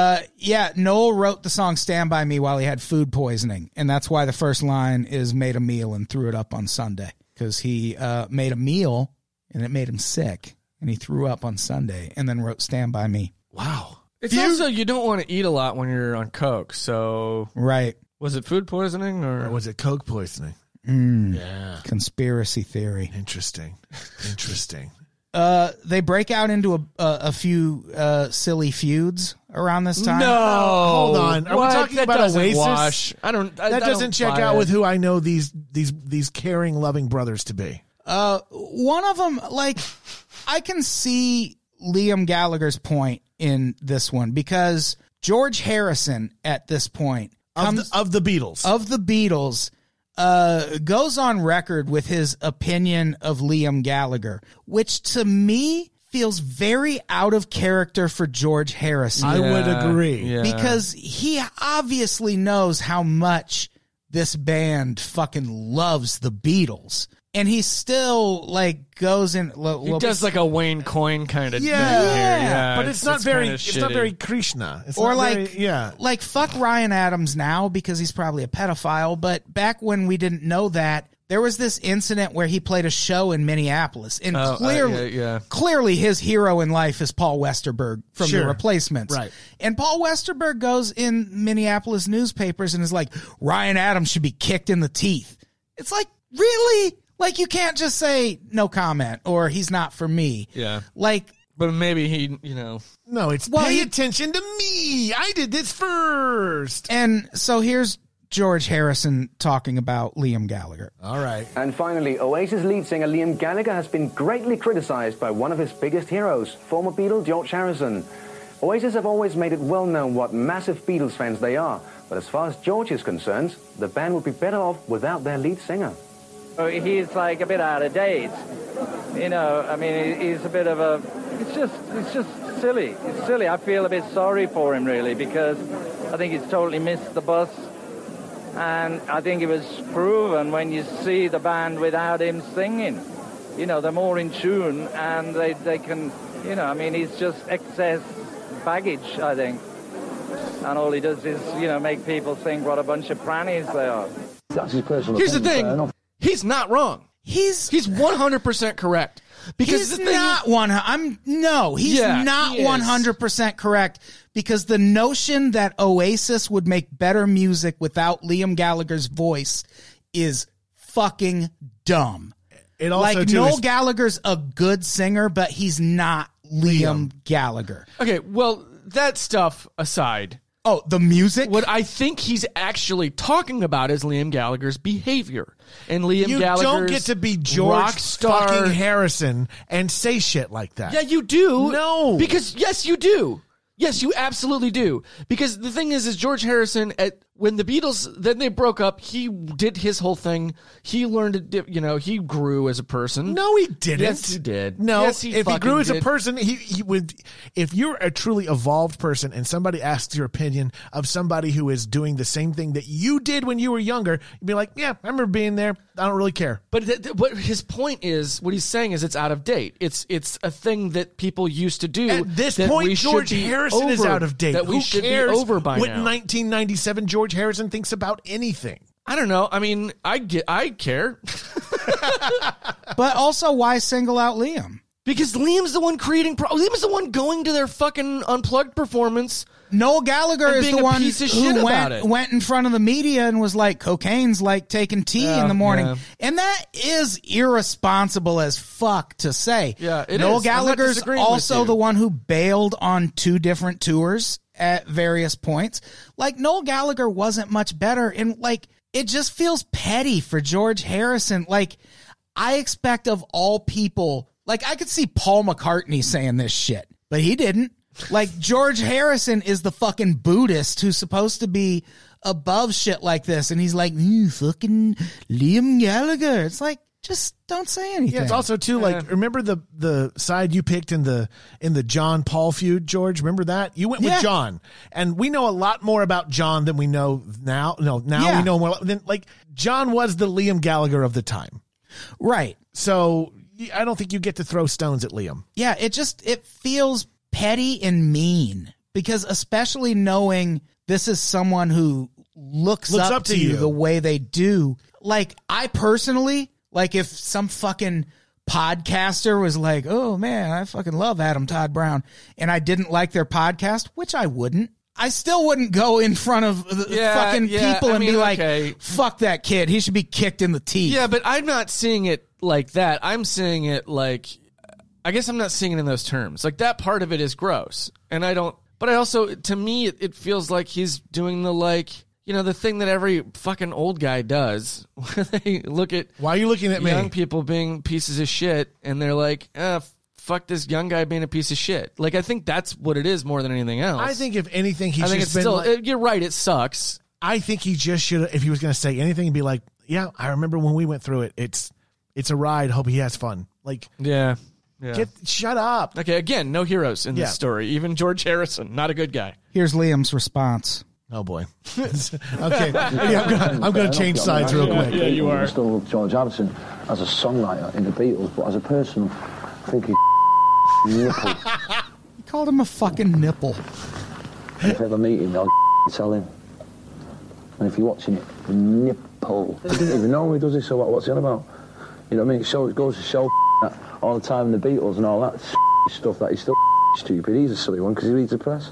Speaker 3: Noel wrote the song "Stand by Me" while he had food poisoning, and that's why the first line is "Made a meal and threw it up on Sunday" because he uh, made a meal and it made him sick, and he threw up on Sunday, and then wrote "Stand by Me."
Speaker 4: Wow.
Speaker 5: It's also you don't want to eat a lot when you're on coke. So
Speaker 3: Right?
Speaker 5: was it food poisoning
Speaker 4: Or
Speaker 5: or
Speaker 4: was it Coke poisoning?
Speaker 3: Mm.
Speaker 4: Yeah.
Speaker 3: Conspiracy theory.
Speaker 4: Interesting. Interesting.
Speaker 3: Uh, they break out into a a, a few uh, silly feuds around this time.
Speaker 4: Hold on. Are we talking
Speaker 5: That
Speaker 4: about
Speaker 5: doesn't
Speaker 4: Oasis?
Speaker 5: Wash. I don't. I, I
Speaker 4: That
Speaker 5: don't
Speaker 4: doesn't check
Speaker 5: buy
Speaker 4: out
Speaker 5: it.
Speaker 4: with who I know these these these caring, loving brothers to be.
Speaker 3: Uh, one of them, like, I can see Liam Gallagher's point in this one because George Harrison at this point
Speaker 4: Of
Speaker 3: comes, Oh,
Speaker 4: the, of the Beatles.
Speaker 3: of the Beatles uh, goes on record with his opinion of Liam Gallagher, which to me feels very out of character for George Harrison.
Speaker 4: I would
Speaker 5: Yeah,
Speaker 4: agree.
Speaker 5: yeah.
Speaker 3: because he obviously knows how much this band fucking loves the Beatles, and he still like goes in. Lo,
Speaker 5: He
Speaker 3: lo-
Speaker 5: does like a Wayne Coin kind of
Speaker 4: Yeah.
Speaker 5: thing here. Yeah,
Speaker 4: but it's, not
Speaker 5: it's
Speaker 4: very
Speaker 5: kinda
Speaker 4: it's not
Speaker 5: shitty.
Speaker 4: very Krishna. It's
Speaker 3: or
Speaker 4: not
Speaker 3: like
Speaker 4: very- yeah.
Speaker 3: like fuck Ryan Adams now because he's probably a pedophile. But back when we didn't know that, there was this incident where he played a show in Minneapolis, and
Speaker 5: Oh, uh,
Speaker 3: clearly,
Speaker 5: yeah, yeah.
Speaker 3: clearly his hero in life is Paul Westerberg from
Speaker 4: Sure.
Speaker 3: The Replacements,
Speaker 4: Right.
Speaker 3: And Paul Westerberg goes in Minneapolis newspapers and is like, Ryan Adams should be kicked in the teeth. It's like really. Like you can't just say no comment or he's not for me.
Speaker 5: Yeah.
Speaker 3: Like
Speaker 5: But maybe he, you know,
Speaker 4: No, it's
Speaker 3: Well,
Speaker 4: pay
Speaker 3: you-
Speaker 4: attention to me. I did this first.
Speaker 3: And so here's George Harrison talking about Liam Gallagher.
Speaker 4: All right.
Speaker 6: And finally, Oasis lead singer Liam Gallagher has been greatly criticized by one of his biggest heroes, former Beatle George Harrison. Oasis have always made it well known what massive Beatles fans they are, but as far as George is concerned, the band would be better off without their lead singer.
Speaker 7: So he's like a bit out of date. You know, I mean, he- he's a bit of a. It's just, it's just silly. It's silly. I feel a bit sorry for him really because I think he's totally missed the bus, and I think it was proven when you see the band without him singing. You know, they're more in tune and they they can. You know, I mean, he's just excess baggage, I think. And all he does is, you know, make people think what a bunch of prannies they are.
Speaker 5: here's
Speaker 4: uh,
Speaker 5: the thing. He's not wrong.
Speaker 3: He's
Speaker 5: He's 100% correct. Because
Speaker 3: he's
Speaker 5: the thing
Speaker 3: not one. I'm no, he's
Speaker 5: Yeah,
Speaker 3: not
Speaker 5: he is.
Speaker 3: one hundred percent correct because the notion that Oasis would make better music without Liam Gallagher's voice is fucking dumb.
Speaker 4: It also
Speaker 3: Like
Speaker 4: too
Speaker 3: Noel
Speaker 4: is-
Speaker 3: Gallagher's a good singer, but he's not Liam, Gallagher.
Speaker 5: Okay, well, that stuff aside,
Speaker 3: Oh, the music.
Speaker 5: what I think he's actually talking about is Liam Gallagher's behavior and Liam
Speaker 4: you
Speaker 5: Gallagher's
Speaker 4: don't get to be George
Speaker 5: rock star.
Speaker 4: fucking Harrison and say shit like that.
Speaker 5: Yeah, you do.
Speaker 4: No.
Speaker 5: because yes, you do. Yes, you absolutely do. Because the thing is, is George Harrison at when the Beatles then they broke up, he did his whole thing. He learned, to, di- you know, he grew as a person.
Speaker 4: No, he didn't.
Speaker 5: Yes, he did.
Speaker 4: No,
Speaker 5: Yes, he
Speaker 4: if he
Speaker 5: fucking
Speaker 4: grew as a
Speaker 5: did.
Speaker 4: person, he, he would. If you're a truly evolved person and somebody asks your opinion of somebody who is doing the same thing that you did when you were younger, you'd be like, "Yeah, I remember being there. I don't really care."
Speaker 5: But th- th- what his point is, what he's saying is, it's out of date. It's it's a thing that people used to do.
Speaker 4: At this
Speaker 5: that we
Speaker 4: point,
Speaker 5: should
Speaker 4: George
Speaker 5: be
Speaker 4: Harrison is
Speaker 5: over-
Speaker 4: out of date.
Speaker 5: That we
Speaker 4: Who
Speaker 5: should
Speaker 4: cares
Speaker 5: be over by
Speaker 4: what
Speaker 5: now.
Speaker 4: 1997 George Harrison thinks about anything.
Speaker 5: I don't know. I mean, I get, I care
Speaker 3: but also, why single out Liam?
Speaker 5: because Liam's the one creating. Pro- Liam's the one going to their fucking unplugged performance.
Speaker 3: Noel Gallagher
Speaker 5: And
Speaker 3: is
Speaker 5: being
Speaker 3: the
Speaker 5: a
Speaker 3: one
Speaker 5: piece of
Speaker 3: who
Speaker 5: shit about
Speaker 3: went,
Speaker 5: it.
Speaker 3: went in front of the media and was like, cocaine's like taking tea in the morning.
Speaker 5: yeah.
Speaker 3: And that is irresponsible as fuck to say.
Speaker 5: Yeah, it
Speaker 3: Noel
Speaker 5: is. I'm not
Speaker 3: Gallagher's
Speaker 5: disagreeing with
Speaker 3: also
Speaker 5: you.
Speaker 3: the one who bailed on two different tours at various points. Like, Noel Gallagher wasn't much better. And like, it just feels petty for George Harrison. Like, I expect of all people, like, I could see Paul McCartney saying this shit, but he didn't. Like George Harrison is the fucking Buddhist who's supposed to be above shit like this, and he's like, mm, "Fucking Liam Gallagher." It's like, just don't say anything.
Speaker 4: Yeah, it's also too like remember the the side you picked in the in the John Paul feud, George. Remember that you went
Speaker 3: Yeah.
Speaker 4: with John, and we know a lot more about John than we know now. No, now
Speaker 3: Yeah.
Speaker 4: we know more than like John was the Liam Gallagher of the time.
Speaker 3: right.
Speaker 4: So y- I don't think you get to throw stones at Liam.
Speaker 3: Yeah, it just it feels petty and mean because especially knowing this is someone who looks,
Speaker 4: Looks
Speaker 3: up, to you.
Speaker 4: you.
Speaker 3: the way they do. Like I personally, like if some fucking podcaster was like, "Oh man, I fucking love Adam Todd Brown," and I didn't like their podcast, which I wouldn't. I still wouldn't go in front of the
Speaker 5: Yeah,
Speaker 3: fucking
Speaker 5: yeah,
Speaker 3: people
Speaker 5: I
Speaker 3: and be
Speaker 5: mean,
Speaker 3: like,
Speaker 5: okay.
Speaker 3: "Fuck that kid. He should be kicked in the teeth."
Speaker 5: Yeah, but I'm not seeing it like that. I'm seeing it like I guess I'm not seeing it in those terms. Like that part of it is gross, and I don't. But I also, to me, it, it feels like he's doing the like you know the thing that every fucking old guy does. Where they look at
Speaker 4: Why are you looking at me?
Speaker 5: young people being pieces of shit, and they're like, uh, fuck this young guy being a piece of shit. Like I think that's what it is more than anything else.
Speaker 4: I think if anything, he's
Speaker 5: I think
Speaker 4: just
Speaker 5: it's
Speaker 4: been.
Speaker 5: still. uh,
Speaker 4: like-
Speaker 5: you're right. It sucks.
Speaker 4: I think he just should. If he was going to say anything, he'd be like, "Yeah, I remember when we went through it. It's it's a ride. Hope he has fun. Like,
Speaker 5: Yeah. Yeah.
Speaker 4: get shut up."
Speaker 5: okay. Again, no heroes in
Speaker 4: Yeah.
Speaker 5: this story. Even George Harrison, not a good guy.
Speaker 3: Here's Liam's response.
Speaker 4: Oh boy. okay. Yeah, I'm gonna, I'm gonna change sides real quick.
Speaker 5: Yeah, you are.
Speaker 8: I still love George Harrison as a songwriter in the Beatles, but as a person, I think he's nipple.
Speaker 3: He called him a fucking nipple.
Speaker 8: if I ever meet him, I'll tell him. And if you're watching it, nipple. I didn't even know he does it, so what, what's it about? You know what I mean? So it goes to show that all the time in the Beatles and all that stuff that he's still stupid. He's a silly one because he reads the press.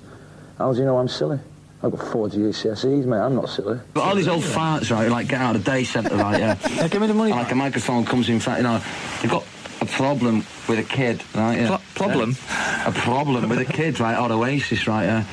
Speaker 8: How do you know I'm silly? I've got 40 GCSEs, mate. I'm not silly. But all these old farts, right? Like get out of the day centre, right? Yeah. give me the money. Like a microphone comes in front. You know, you've got a problem with a kid, right? Yeah. problem. A problem with a kid, right? Or Oasis, right? Yeah.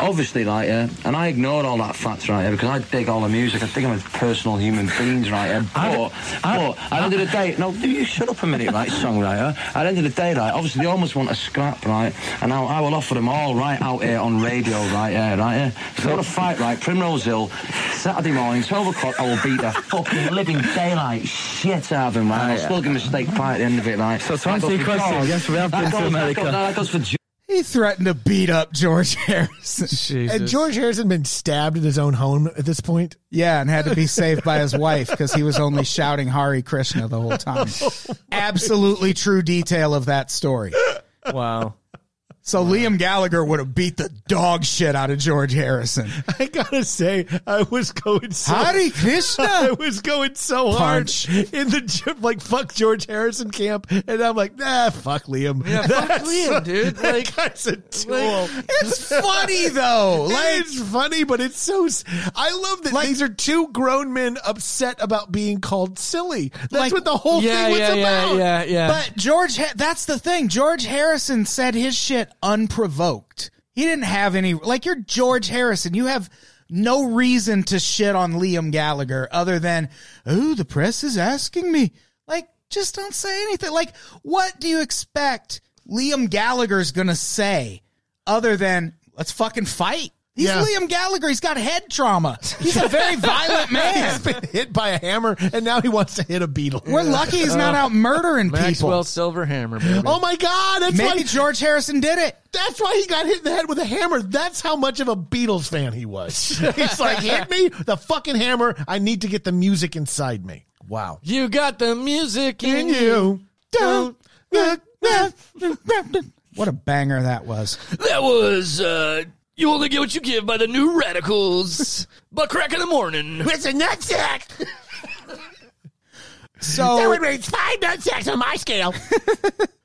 Speaker 8: Obviously, right? Yeah. And I ignored all that facts, right? Yeah, because I dig all the music. I think I'm a personal human beings, right? Yeah. But, but at the end of the day, no, you shut up a minute, right, songwriter. At the end of the day, right? Obviously, they almost want a scrap, right? And I, I will offer them all right out here on radio, right here, right here. If they want to fight, right? Primrose Hill, Saturday morning, 12 o'clock, I will beat the fucking living daylight shit out of them, right? I'll still give them a steak pie at the end of it, right? Ah, So, to answer your question, yes, we have been to America. That goes for
Speaker 3: He threatened to beat up George Harrison.
Speaker 4: Had George Harrison been stabbed in his own home at this point?
Speaker 3: Yeah, and had to be saved by his wife because he was only shouting Hari Krishna the whole time. Absolutely true detail of that story.
Speaker 5: Wow.
Speaker 3: So Liam Gallagher would have beat the dog shit out of George Harrison.
Speaker 4: I gotta say, I was going so
Speaker 3: Hare
Speaker 4: I
Speaker 3: Krishna.
Speaker 4: was going so
Speaker 3: Punch.
Speaker 4: hard in the gym, like fuck George Harrison camp, and I'm like, nah, fuck Liam. Yeah,
Speaker 5: fuck Liam, dude. Like,
Speaker 4: that guy's a tool.
Speaker 5: like-
Speaker 3: It's funny though. Like
Speaker 4: it's funny, but it's so. s- I love that these are two grown men upset about being called silly. That's
Speaker 3: Like-
Speaker 4: what the whole
Speaker 5: yeah,
Speaker 4: thing was
Speaker 5: yeah, yeah,
Speaker 4: about.
Speaker 5: yeah, yeah.
Speaker 3: But George, Ha- that's the thing. George Harrison said his shit unprovoked. He didn't have any. Like you're George Harrison, you have no reason to shit on Liam Gallagher other than, oh, the press is asking me. Like, just don't say anything. Like, what do you expect Liam Gallagher's gonna say other than let's fucking fight? He's
Speaker 4: Yeah.
Speaker 3: Liam Gallagher. He's got head trauma. He's a very violent man.
Speaker 4: He's been hit by a hammer, and now he wants to hit a beetle.
Speaker 3: We're lucky he's
Speaker 4: Uh,
Speaker 3: not out murdering people.
Speaker 5: Maxwell Silverhammer, baby.
Speaker 4: Oh my god! That's
Speaker 3: Maybe
Speaker 4: why.
Speaker 3: George Harrison did it.
Speaker 4: That's why he got hit in the head with a hammer. That's how much of a Beatles fan he was. He's like, hit me the fucking hammer. I need to get the music inside me. Wow.
Speaker 5: You got the music in you.
Speaker 4: don't look back.
Speaker 3: What a banger that was.
Speaker 5: That was, uh, you only get what you give by the new radicals. But crack in the morning.
Speaker 4: It's a nutsack.
Speaker 5: Oh.
Speaker 4: That
Speaker 3: So
Speaker 4: would mean five nutsacks on my scale.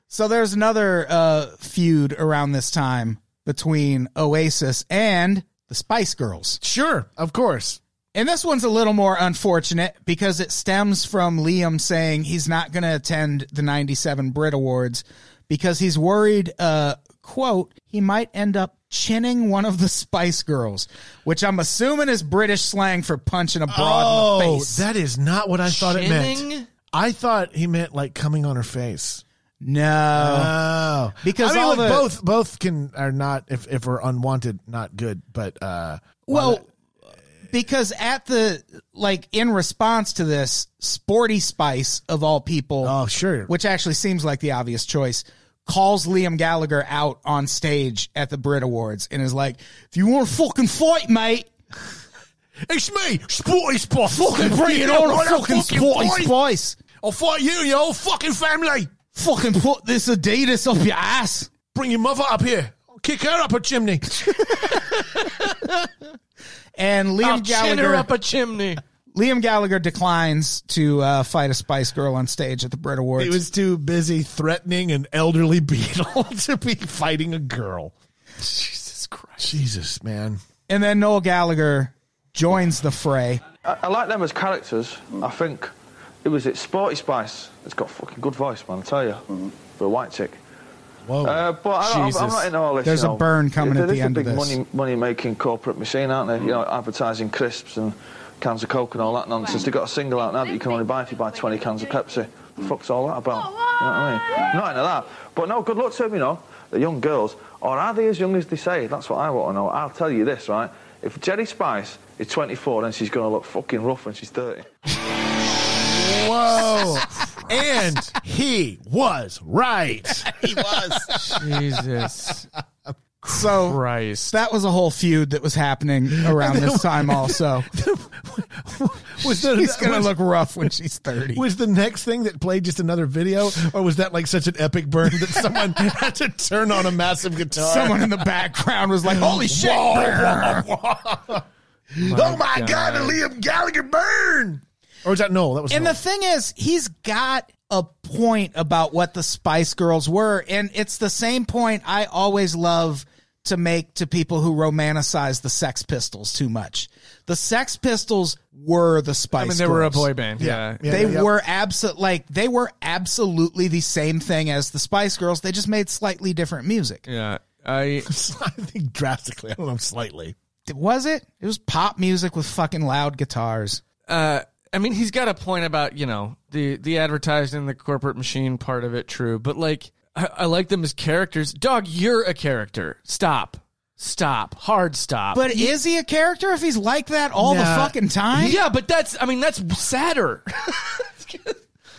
Speaker 3: so there's another uh feud around this time between Oasis and the Spice Girls.
Speaker 4: sure, of course.
Speaker 3: And this one's a little more unfortunate because it stems from Liam saying he's not going to attend the 97 Brit Awards because he's worried uh quote he might end up chinning one of the Spice Girls, which I'm assuming is British slang for punching a broad in the
Speaker 4: Oh,
Speaker 3: face.
Speaker 4: that is not what I thought it meant.
Speaker 5: Chinning?
Speaker 4: I thought he meant like coming on her face.
Speaker 3: no.
Speaker 4: Oh,
Speaker 3: Because
Speaker 4: I mean,
Speaker 3: all
Speaker 4: look,
Speaker 3: the-
Speaker 4: both both can are not if if we're unwanted, not good. But uh,
Speaker 3: Well, because at the like in response to this, Sporty Spice of all people,
Speaker 4: oh sure,
Speaker 3: which actually seems like the obvious choice, calls Liam Gallagher out on stage at the Brit Awards and is like, "If you want to fucking fight, mate,
Speaker 4: It's me, Sporty Spot.
Speaker 3: fucking bring it on, fucking, Sporty Spice.
Speaker 4: I'll fight you, your whole fucking family.
Speaker 3: Fucking put this Adidas up your ass."
Speaker 4: Bring your mother up here. I'll kick her up a chimney.
Speaker 3: And Liam
Speaker 5: I'll chin
Speaker 3: Gallagher
Speaker 5: her up a chimney.
Speaker 3: Liam Gallagher declines to uh, fight a Spice Girl on stage at the Brit Awards.
Speaker 4: he was too busy threatening an elderly beetle to be fighting a girl.
Speaker 5: Jesus Christ.
Speaker 4: Jesus, man.
Speaker 3: and then Noel Gallagher joins the fray.
Speaker 9: I, I like them as characters. I think it was it Sporty Spice. It's got a fucking good voice, man. I tell you, for a white chick.
Speaker 4: Whoa.
Speaker 9: Uh, but I, don't- I'm, I'm not into all this.
Speaker 3: Oh, There's
Speaker 9: you
Speaker 3: a
Speaker 9: know.
Speaker 3: burn coming
Speaker 9: They're
Speaker 3: at the
Speaker 9: just
Speaker 3: end
Speaker 9: a
Speaker 3: of
Speaker 9: big
Speaker 3: this.
Speaker 9: Money, money-making corporate machine, aren't they? You know, advertising crisps and cans of Coke and all that nonsense. They've got a single out now that you can only buy if you buy 20 cans of Pepsi. The fuck's all that about? You know what I mean? Not into that. But no, good luck to them, you know. The young girls. Or are they as young as they say? That's what I want to know. I'll tell you this, right? If Jerry Spice is 24, then she's going to look fucking rough when she's 30.
Speaker 4: Whoa. and he was right. he was.
Speaker 5: Jesus
Speaker 3: So
Speaker 5: Christ.
Speaker 3: that was a whole feud that was happening around this time. Also,
Speaker 4: Was the,
Speaker 3: he's gonna
Speaker 4: was,
Speaker 3: look rough when she's thirty.
Speaker 4: was the next thing that played just another video, or was that like such an epic burn that someone had to turn on a massive guitar?
Speaker 3: Someone in the background was like, "Holy shit!"
Speaker 4: oh my god. Liam Gallagher burn! Or was that Noel? That was
Speaker 3: And
Speaker 4: Noel.
Speaker 3: the thing is, he's got a point about what the Spice Girls were, and it's the same point I always love to make to people who romanticize the Sex Pistols too much. The Sex Pistols were the Spice.
Speaker 5: I mean, they were a
Speaker 3: Girls.
Speaker 5: boy band. Yeah.
Speaker 4: Yeah.
Speaker 3: they were abso- like they were absolutely the same thing as the Spice Girls. They just made slightly different music.
Speaker 5: Yeah. I
Speaker 4: I think drastically. I don't know, slightly.
Speaker 3: Was it? It was pop music with fucking loud guitars.
Speaker 5: uh, I mean, he's got a point about you know the the advertising, the corporate machine part of it. True, but like I, I like them as characters. Dog, you're a character. Stop, stop, hard stop.
Speaker 3: But is he a character if he's like that all the
Speaker 4: Nah.
Speaker 3: fucking time?
Speaker 5: yeah, but that's I mean that's sadder.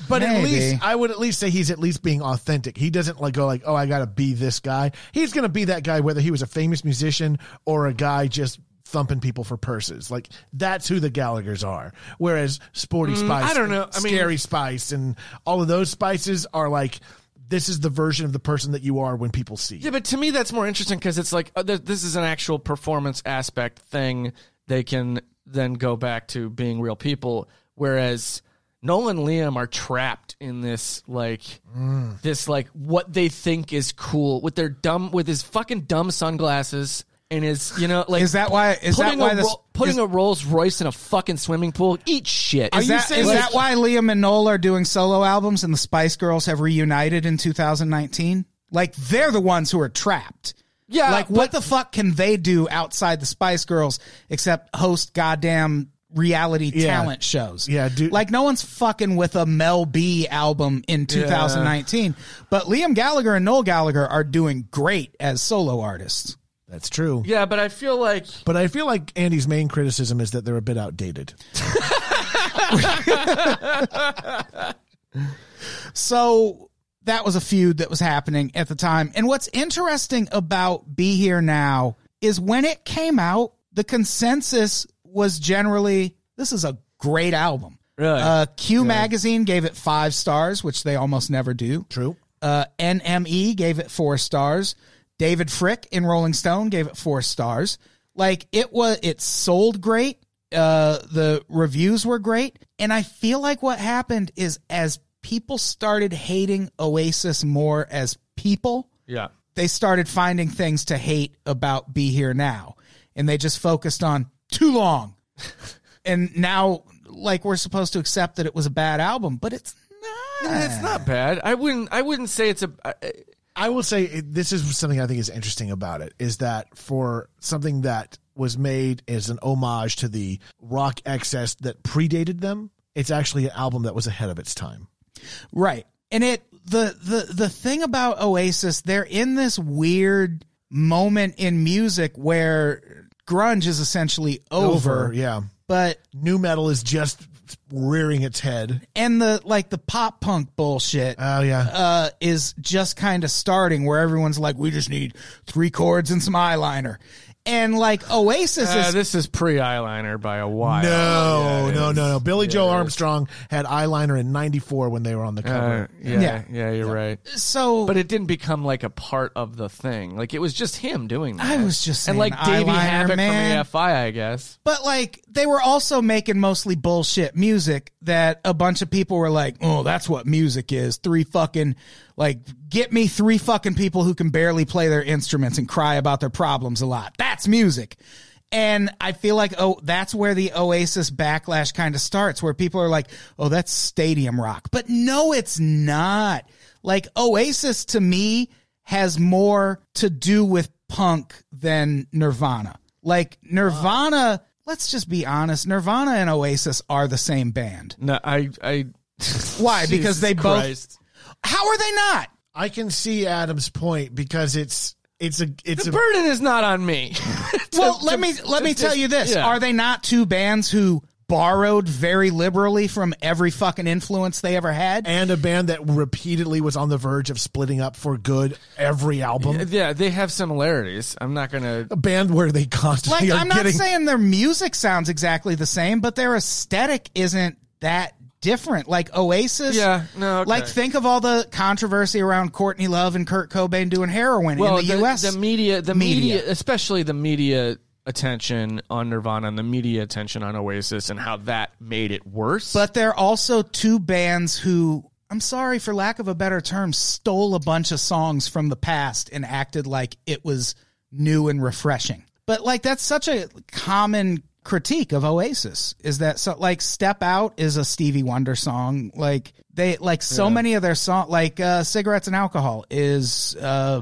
Speaker 4: But at
Speaker 3: Maybe.
Speaker 4: least I would at least say he's at least being authentic. He doesn't like go like, oh, I gotta be this guy. He's gonna be that guy whether he was a famous musician or a guy just thumping people for purses. Like that's who the Gallagher's are. Whereas Sporty Spice,
Speaker 5: I don't know.
Speaker 4: and
Speaker 5: I mean-
Speaker 4: Scary Spice, and all of those spices are like. this is the version of the person that you are when people see you.
Speaker 5: Yeah, but to me that's more interesting because it's like uh, th- this is an actual performance aspect thing. They can then go back to being real people, whereas Nolan and Liam are trapped in this like
Speaker 3: Mm.
Speaker 5: this like what they think is cool with their dumb with his fucking dumb sunglasses and his you know like
Speaker 3: Is that why? Is that
Speaker 5: putting
Speaker 3: why
Speaker 5: a
Speaker 3: this?
Speaker 5: Ro- putting
Speaker 3: is,
Speaker 5: a Rolls Royce in a fucking swimming pool? Eat shit.
Speaker 3: is that, is that why Liam and Noel are doing solo albums and the Spice Girls have reunited in 2019? Like they're the ones who are trapped.
Speaker 5: Yeah,
Speaker 3: like what the fuck can they do outside the Spice Girls except host goddamn reality talent shows?
Speaker 4: Yeah, dude.
Speaker 3: Like no one's fucking with a Mel B album in 2019, but Liam Gallagher and Noel Gallagher are doing great as solo artists.
Speaker 4: That's true.
Speaker 5: Yeah, but I feel like
Speaker 4: But I feel like Andy's main criticism is that they're a bit outdated.
Speaker 3: So that was a feud that was happening at the time. And what's interesting about Be Here Now is when it came out, the consensus was generally this is a great album.
Speaker 5: Really?
Speaker 3: Uh, Q Magazine gave it five stars, which they almost never do.
Speaker 4: True.
Speaker 3: Uh, NME gave it four stars. David Frick in Rolling Stone gave it four stars. Like it was, it sold great. Uh, the reviews were great, and I feel like what happened is as people started hating Oasis more as people,
Speaker 5: yeah.
Speaker 3: they started finding things to hate about Be Here Now. And they just focused on too long. and now, like, we're supposed to accept that it was a bad album, but it's not.
Speaker 5: It's not bad. I wouldn't. I wouldn't say it's a. I-
Speaker 4: I will say it- this is something I think is interesting about it is that for something that was made as an homage to the rock excess that predated them, it's actually an album that was ahead of its time.
Speaker 3: Right. And it the the the thing about Oasis, they're in this weird moment in music where grunge is essentially over,
Speaker 4: yeah.
Speaker 3: but
Speaker 4: New metal is just rearing its head.
Speaker 3: and the like the pop punk bullshit
Speaker 4: Oh yeah.
Speaker 3: uh, is just kind of starting where everyone's like, we just need three chords and some eyeliner. And like Oasis
Speaker 5: Uh,
Speaker 3: is,
Speaker 5: this is pre eyeliner by a while.
Speaker 4: no, no, no, no. Billy Joe Armstrong had eyeliner in '94 when they were on the cover.
Speaker 5: Uh, yeah,
Speaker 3: Yeah.
Speaker 5: yeah, you're right.
Speaker 3: so,
Speaker 5: But it didn't become like a part of the thing. Like it was just him doing that.
Speaker 3: I was just
Speaker 5: and like
Speaker 3: saying
Speaker 5: Davey
Speaker 3: eyeliner,
Speaker 5: Havok
Speaker 3: man.
Speaker 5: from EFI, I guess.
Speaker 3: but like they were also making mostly bullshit music that a bunch of people were like, oh, that's what music is. Three fucking, like, get me three fucking people who can barely play their instruments and cry about their problems a lot. That's music. And I feel like, oh, that's where the Oasis backlash kind of starts, where people are like, oh, that's stadium rock. But no, it's not. Like, Oasis to me has more to do with punk than Nirvana. Like, Nirvana, let's just be honest, Nirvana and Oasis are the same band.
Speaker 5: No, I, I.
Speaker 3: Why? Because
Speaker 5: Jesus
Speaker 3: they both-
Speaker 5: Christ.
Speaker 3: How are they not?
Speaker 4: I can see Adam's point because it's it's a it's
Speaker 5: The
Speaker 4: a
Speaker 5: burden is not on me.
Speaker 3: well,
Speaker 5: to-
Speaker 3: let me let me
Speaker 5: to-
Speaker 3: tell you this:
Speaker 5: yeah.
Speaker 3: Are they not two bands who borrowed very liberally from every fucking influence they ever had?
Speaker 4: and a band that repeatedly was on the verge of splitting up for good every album.
Speaker 5: yeah, they have similarities. I'm not gonna.
Speaker 4: A band where they
Speaker 3: like,
Speaker 4: constantly are
Speaker 3: I'm not
Speaker 4: getting
Speaker 3: saying their music sounds exactly the same, but their aesthetic isn't that different. Like Oasis,
Speaker 5: Yeah, no, okay.
Speaker 3: Like, think of all the controversy around Courtney Love and Kurt Cobain doing heroin
Speaker 5: Well,
Speaker 3: in the, U.S.
Speaker 5: the media, the
Speaker 3: media.
Speaker 5: media. especially the media attention on Nirvana and the media attention on Oasis, and how that made it worse.
Speaker 3: but they're also two bands who I'm sorry for lack of a better term stole a bunch of songs from the past and acted like it was new and refreshing. But like that's such a common critique of Oasis is that so like Step Out is a Stevie Wonder song. Like they like so many of their songs like uh Cigarettes and Alcohol is uh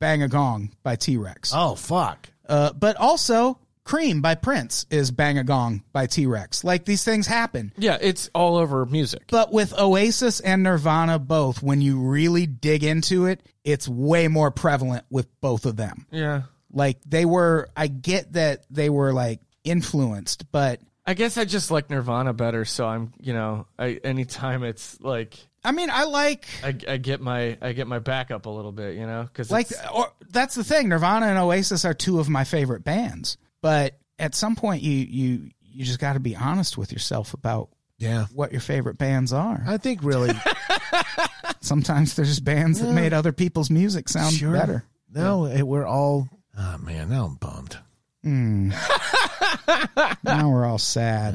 Speaker 3: Bang a Gong by T-Rex.
Speaker 4: Oh fuck.
Speaker 3: Uh, but also Cream by Prince is Bang a Gong by T-Rex. Like these things happen.
Speaker 5: yeah, it's all over music.
Speaker 3: But with Oasis and Nirvana both, when you really dig into it, it's way more prevalent with both of them.
Speaker 5: yeah.
Speaker 3: Like they were, I get that they were like influenced, but
Speaker 5: I guess I just like Nirvana better, so I'm, you know, I anytime it's like
Speaker 3: I mean, I like
Speaker 5: I, I get my I get my back up a little bit, you know, because
Speaker 3: like or, that's the thing. Nirvana and Oasis are two of my favorite bands, but at some point, you you you just got to be honest with yourself about
Speaker 4: Yeah.
Speaker 3: what your favorite bands are.
Speaker 4: I think really,
Speaker 3: Sometimes there's bands that made other people's music sound
Speaker 4: sure.
Speaker 3: better.
Speaker 4: No, it, we're all. Oh man, now I'm bummed.
Speaker 3: Now we're all sad.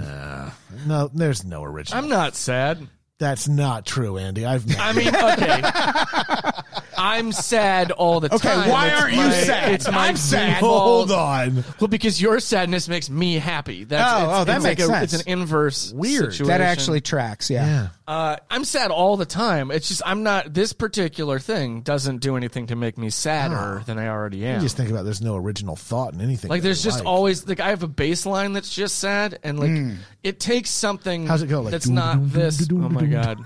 Speaker 4: No, there's no original.
Speaker 5: I'm not sad.
Speaker 4: That's not true, Andy. I've met
Speaker 5: I mean, okay. I'm sad all the
Speaker 3: Okay,
Speaker 5: time.
Speaker 3: why
Speaker 5: It's
Speaker 3: aren't you
Speaker 5: my-
Speaker 3: sad?
Speaker 5: It's my
Speaker 3: I'm sad.
Speaker 5: default-
Speaker 4: Hold on.
Speaker 5: Well, because your sadness makes me happy. That's,
Speaker 3: Oh,
Speaker 5: it's,
Speaker 3: oh, that
Speaker 5: it's
Speaker 3: makes
Speaker 5: like a,
Speaker 3: sense.
Speaker 5: It's an inverse
Speaker 4: Weird.
Speaker 5: situation.
Speaker 3: That actually tracks, yeah.
Speaker 4: Yeah.
Speaker 5: Uh, I'm sad all the time. It's just I'm not. This particular thing doesn't do anything to make me
Speaker 3: Ah.
Speaker 5: sadder than I already am.
Speaker 4: I just think about there's no original thought in anything.
Speaker 5: like
Speaker 4: that we
Speaker 5: there's just
Speaker 4: like.
Speaker 5: always like I have a baseline that's just sad, and like it takes something.
Speaker 4: Hmm. How's it go? Like,
Speaker 5: that's
Speaker 4: doom,
Speaker 5: not
Speaker 4: doom, doom,
Speaker 5: this.
Speaker 4: doom,
Speaker 5: oh my
Speaker 4: doom, doom.
Speaker 5: god.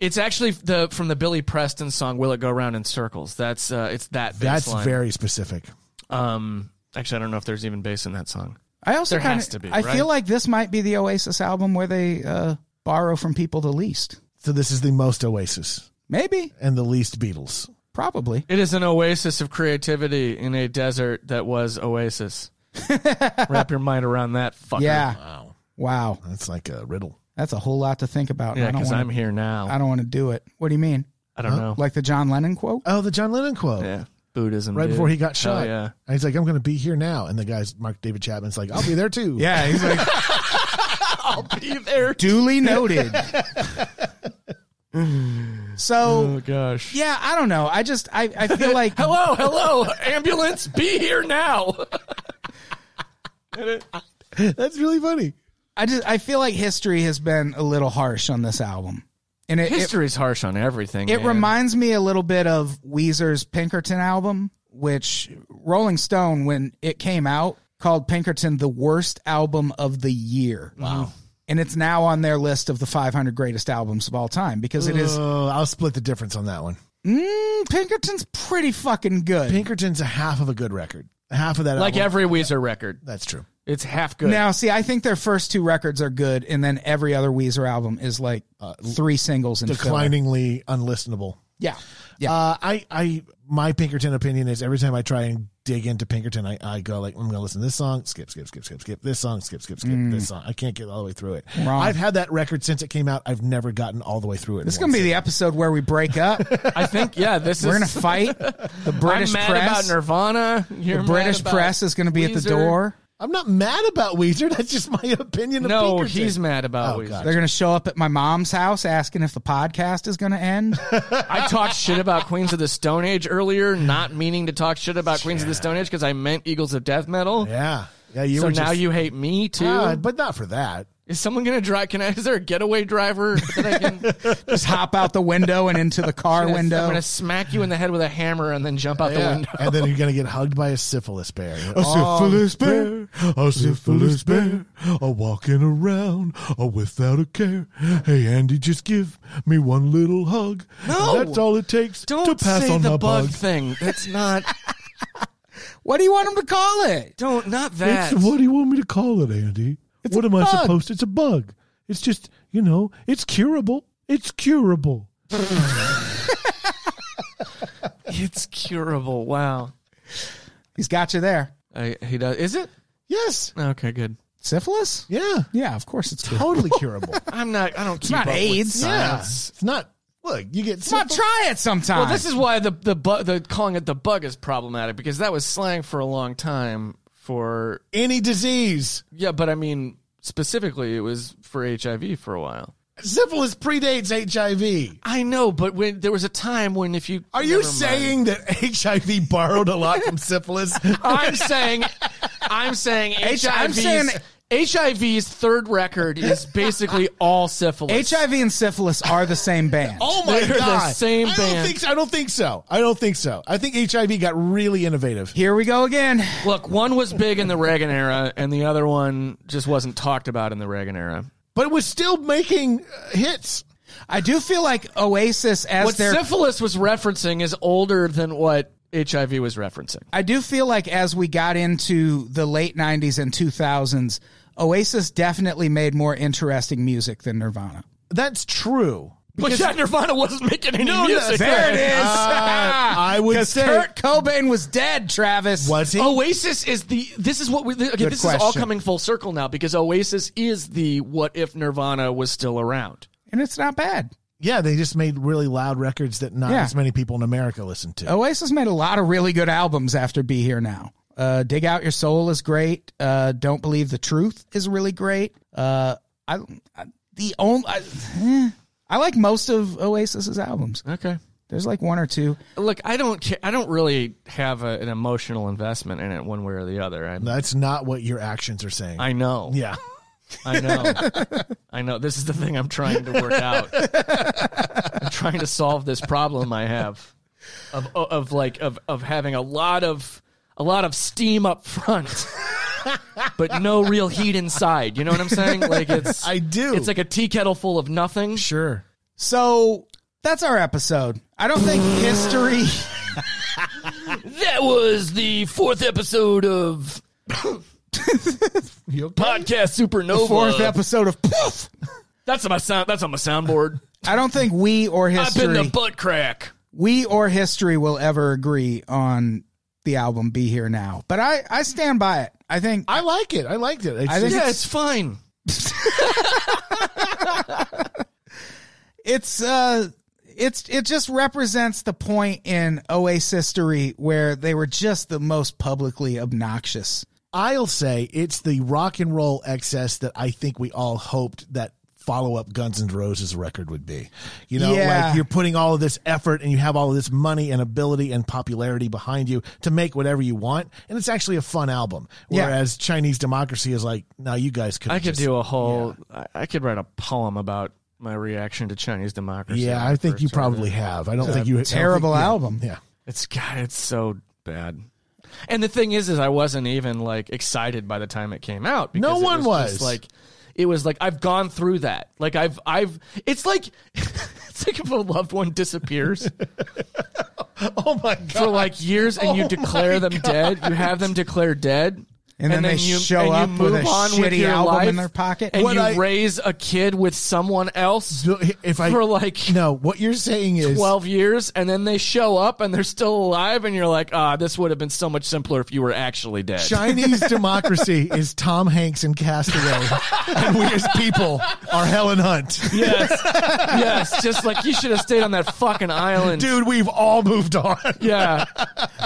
Speaker 5: It's actually the from the Billy Preston song "Will It Go Round in Circles." That's uh, it's that baseline.
Speaker 4: That's very specific.
Speaker 5: um. Actually, I don't know if there's even bass in that song.
Speaker 3: I also
Speaker 5: There
Speaker 3: kinda,
Speaker 5: has to be,
Speaker 3: I
Speaker 5: right?
Speaker 3: feel like this might be the Oasis album where they uh, borrow from people the least.
Speaker 4: So this is the most Oasis
Speaker 3: Maybe,
Speaker 4: and the least Beatles.
Speaker 3: probably.
Speaker 5: It is an oasis of creativity in a desert that was oasis. Wrap your mind around that fucker.
Speaker 3: Yeah.
Speaker 4: Wow,
Speaker 3: Wow,
Speaker 4: that's like a riddle.
Speaker 3: that's a whole lot to think about. and
Speaker 5: Yeah,
Speaker 3: I don't
Speaker 5: because I'm
Speaker 3: want.
Speaker 5: here
Speaker 3: I
Speaker 5: now.
Speaker 3: don't want to do it. What do you mean?
Speaker 5: I don't know.
Speaker 3: Like the John Lennon quote?
Speaker 4: Oh, the John Lennon quote.
Speaker 5: yeah. Buddhism.
Speaker 4: Right
Speaker 5: dude.
Speaker 4: before he got
Speaker 5: Hell
Speaker 4: shot,
Speaker 5: yeah.
Speaker 4: and he's like, "I'm going to be here now," and the guy's Mark David Chapman's like, "I'll be there too."
Speaker 3: Yeah, he's like
Speaker 5: I'll be there.
Speaker 3: duly noted. so
Speaker 5: Oh, gosh.
Speaker 3: yeah, I don't know. I just I, I feel like
Speaker 5: Hello, hello, ambulance, be here now.
Speaker 4: that's really funny.
Speaker 3: I just I feel like history has been a little harsh on this album. And it, it
Speaker 5: History's harsh on everything.
Speaker 3: It
Speaker 5: man.
Speaker 3: reminds me a little bit of Weezer's Pinkerton album, which Rolling Stone, when it came out, called Pinkerton the worst album of the year. Wow. And it's now on their list of the 500 greatest albums of all time because it
Speaker 5: Uh.
Speaker 3: is.
Speaker 4: Oh, I'll split the difference on that one.
Speaker 3: Mm, Pinkerton's pretty fucking good.
Speaker 4: Pinkerton's a half of a good record. Half of that,
Speaker 5: like
Speaker 4: album-
Speaker 5: every Weezer record.
Speaker 4: That's true.
Speaker 5: It's half good.
Speaker 3: now, see, I think their first two records are good, and then every other Weezer album is like
Speaker 5: Uh,
Speaker 3: three singles and filler.
Speaker 4: Decliningly unlistenable.
Speaker 3: Yeah, yeah.
Speaker 4: Uh, I, I, my Pinkerton opinion is every time I try and dig into Pinkerton, I, I go like, I'm gonna listen to this song, skip, skip, skip, skip, skip, this song, skip, skip, skip, this song. I can't get all the way through it.
Speaker 3: Mm. Wrong.
Speaker 4: I've had that record since it came out. I've never gotten all the way through it.
Speaker 3: this is gonna be the episode where we break up.
Speaker 5: I think, yeah, this is.
Speaker 3: We're gonna fight the British
Speaker 5: I'm mad
Speaker 3: press.
Speaker 5: about Nirvana. You're
Speaker 3: the
Speaker 5: mad
Speaker 3: British
Speaker 5: about
Speaker 3: press is going to be at
Speaker 5: Weezer.
Speaker 3: the door.
Speaker 4: I'm not mad about Weezer. That's just my opinion. Of
Speaker 5: No,
Speaker 4: Pinkerton.
Speaker 5: he's mad about
Speaker 4: Oh,
Speaker 5: Weezer.
Speaker 4: God.
Speaker 3: They're going to show up at my mom's house asking if the podcast is going to end.
Speaker 5: I talked shit about Queens of the Stone Age earlier, not meaning to talk shit about Queens of the Stone Age because I meant Eagles of Death Metal.
Speaker 4: Yeah, yeah. You
Speaker 5: so
Speaker 4: were
Speaker 5: now
Speaker 4: just,
Speaker 5: you hate me too.
Speaker 4: Ah, but not for that.
Speaker 5: is someone gonna drive? Can I? Is there a getaway driver that I can?
Speaker 3: Just hop out the window and into the car
Speaker 5: I'm
Speaker 3: window.
Speaker 5: gonna smack you in the head with a hammer and then jump out the
Speaker 4: Yeah.
Speaker 5: window.
Speaker 4: And then you're gonna get hugged by a syphilis bear.
Speaker 3: syphilis
Speaker 4: bear, a syphilis bear, a walking around, a without a care. Hey Andy, just give me one little hug.
Speaker 5: No!
Speaker 4: that's all it takes
Speaker 5: Don't
Speaker 4: to pass
Speaker 5: say
Speaker 4: on
Speaker 5: the
Speaker 4: my
Speaker 5: bug
Speaker 4: bug.
Speaker 5: thing. That's not.
Speaker 3: What do you want him to call it?
Speaker 5: Don't. Not that.
Speaker 4: It's, what do you want me to call it, Andy? what am I
Speaker 3: bug.
Speaker 4: supposed? It's a bug. It's just you know, it's curable. It's curable.
Speaker 5: It's curable. Wow.
Speaker 3: He's got you there.
Speaker 5: I, he does. Is it?
Speaker 4: Yes.
Speaker 5: Okay. Good.
Speaker 3: Syphilis?
Speaker 4: Yeah.
Speaker 3: Yeah, of course it's curable.
Speaker 4: Totally curable.
Speaker 5: I'm not. I don't. Keep
Speaker 3: not
Speaker 5: up with
Speaker 3: AIDS.
Speaker 4: yeah.
Speaker 5: science.
Speaker 4: It's not. Look, you get.
Speaker 3: Come on,
Speaker 4: syphilis-
Speaker 3: try it sometime.
Speaker 5: Well, this is why the the bu- the calling it the bug is problematic because that was slang for a long time for
Speaker 4: any disease.
Speaker 5: yeah, but I mean specifically it was for HIV for a while.
Speaker 4: Syphilis predates HIV.
Speaker 5: I know, but when there was a time when if you
Speaker 4: Are you
Speaker 5: Never mind.
Speaker 4: saying that HIV borrowed a lot from syphilis? Oh
Speaker 5: I'm saying I'm saying
Speaker 3: H-
Speaker 5: HIV's
Speaker 3: I'm saying-
Speaker 5: HIV's third record is basically all syphilis.
Speaker 3: HIV and syphilis are the same band.
Speaker 4: Oh my
Speaker 5: They're the
Speaker 4: god!
Speaker 5: same
Speaker 4: I don't
Speaker 5: band.
Speaker 4: think. So. I don't think so. I don't think so. I think HIV got really innovative.
Speaker 3: Here we go again.
Speaker 5: Look, one was big in the Reagan era, and the other one just wasn't talked about in the Reagan era.
Speaker 4: But it was still making uh, hits.
Speaker 3: I do feel like Oasis as
Speaker 5: What
Speaker 3: their
Speaker 5: syphilis was referencing is older than what HIV was referencing.
Speaker 3: I do feel like as we got into the late 90s and 2000s, Oasis definitely made more interesting music than Nirvana.
Speaker 4: That's true.
Speaker 5: But yeah, Nirvana wasn't making any music.
Speaker 3: There it is.
Speaker 4: Uh, I would
Speaker 3: 'Cause
Speaker 4: say-
Speaker 3: Kurt Cobain was dead, Travis.
Speaker 4: Was he?
Speaker 5: Oh. Uh, Oasis is the. This is what we. Okay,
Speaker 3: Good
Speaker 5: this is all
Speaker 3: question.
Speaker 5: coming full circle now because Oasis is the what if Nirvana was still around.
Speaker 3: And it's not bad.
Speaker 4: Yeah, they just made really loud records that not
Speaker 3: Yeah.
Speaker 4: as many people in America listen to.
Speaker 5: Oh.
Speaker 3: Oasis made a lot of really good albums after Be Here Now. Uh, Dig Out Your Soul is great. Uh, Don't Believe the Truth is really great. Uh, I, I the only I, eh, I like most of Oasis's albums.
Speaker 5: Okay.
Speaker 3: There's like one or two.
Speaker 5: Look, I don't. Ca- I don't really have a, an emotional investment in it one way or the other. I,
Speaker 4: That's not what your actions are saying.
Speaker 5: I know.
Speaker 4: yeah.
Speaker 5: I know. I know. This is the thing I'm trying to work out. I'm trying to solve this problem I have of of like of of having a lot of a lot of steam up front. but no real heat inside. You know what I'm saying? Like it's
Speaker 4: I do.
Speaker 5: It's like a tea kettle full of nothing.
Speaker 4: Sure.
Speaker 3: So that's our episode. I don't think history.
Speaker 5: That was the fourth episode of Podcast Supernova.
Speaker 3: Fourth episode of Poof.
Speaker 5: That's on my sound that's on my soundboard.
Speaker 3: I don't think we or
Speaker 5: I've been the
Speaker 3: history,
Speaker 5: butt crack.
Speaker 3: we or history will ever agree on the album "Be Here Now." But I, I stand by it. I think
Speaker 4: I like it. I liked it. It's
Speaker 3: I think
Speaker 4: just-
Speaker 5: Yeah, it's fine.
Speaker 3: it's uh it's it just represents the point in Oasis history where they were just the most publicly obnoxious.
Speaker 4: I'll say it's the rock and roll excess that I think we all hoped that follow up Guns N' Roses record would be. You know,
Speaker 3: Yeah.
Speaker 4: like you're putting all of this effort and you have all of this money and ability and popularity behind you to make whatever you want. And it's actually a fun album.
Speaker 3: Yeah.
Speaker 4: Whereas Chinese Democracy is like, no, you guys could
Speaker 5: I could do a whole. I, I could write a poem about my reaction to Chinese democracy.
Speaker 4: Yeah, I think you probably have. I don't think you I don't think-
Speaker 3: Terrible
Speaker 4: yeah.
Speaker 3: album.
Speaker 4: Yeah.
Speaker 5: It's God. It's so bad. And the thing is, is I wasn't even like excited by the time it came out. Because
Speaker 4: No
Speaker 5: it
Speaker 4: one
Speaker 5: just,
Speaker 4: was.
Speaker 5: like it was like I've gone through that. Like I've I've. It's like it's like if a loved one disappears
Speaker 4: Oh my god.
Speaker 5: for like years and you declare them dead. You have them declared dead.
Speaker 3: And then they show
Speaker 5: and you
Speaker 3: up with
Speaker 5: move
Speaker 3: a
Speaker 5: on
Speaker 3: shitty
Speaker 5: your
Speaker 3: album in
Speaker 5: life,
Speaker 3: their pocket.
Speaker 5: and
Speaker 4: What
Speaker 5: you
Speaker 4: I-
Speaker 5: raise a kid with someone else
Speaker 4: if I
Speaker 5: for like
Speaker 4: no, what you're saying is
Speaker 5: 12 years and then they show up and they're still alive and you're like ah this would have been so much simpler if you were actually dead
Speaker 4: Chinese democracy is Tom Hanks and Castaway, and we as people are Helen Hunt.
Speaker 5: yes yes just like you should have stayed on that fucking island
Speaker 4: Dude, we've all moved on.
Speaker 5: yeah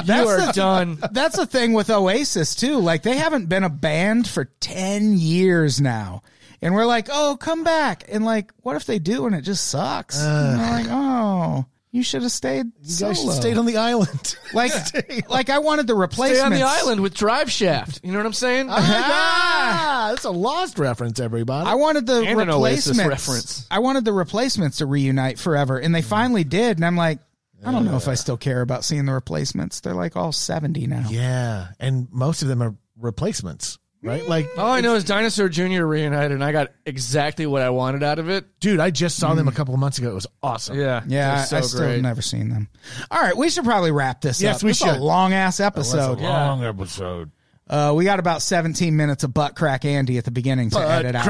Speaker 5: you are
Speaker 3: the-
Speaker 5: done
Speaker 3: That's the thing with Oasis too. Like they haven't been a band for 10 years now. And we're like, "Oh, come back." And like, what if they do and it just sucks? And they're like, "Oh, you should have stayed
Speaker 4: You guys should
Speaker 3: solo."
Speaker 4: stayed on the island.
Speaker 3: like
Speaker 4: Stay-
Speaker 3: like I wanted the
Speaker 5: stay on
Speaker 3: replacements.
Speaker 5: the island with drive shaft you know what i'm saying
Speaker 4: ah, that's a lost reference, everybody.
Speaker 3: I wanted the
Speaker 5: And an Oasis
Speaker 3: replacements.
Speaker 5: reference.
Speaker 3: I wanted the replacements to reunite forever, and they finally did. And I'm like, I don't know if I still care about seeing the replacements. They're like all 70 now.
Speaker 4: yeah, and most of them are replacements, right? Like,
Speaker 5: all i know is dinosaur jr reunited and i got exactly what i wanted out of it
Speaker 4: dude, I just saw them a couple of months ago. It was awesome.
Speaker 5: yeah
Speaker 3: Yeah,
Speaker 5: It
Speaker 3: I-
Speaker 5: was so
Speaker 3: I still
Speaker 5: great
Speaker 3: never seen them. All right, we should probably wrap this
Speaker 4: Yes,
Speaker 3: up.
Speaker 4: we
Speaker 3: This is
Speaker 4: should.
Speaker 3: A long ass episode.
Speaker 4: long episode.
Speaker 3: Uh, we got about 17 minutes of butt crack Andy at the beginning to edit out.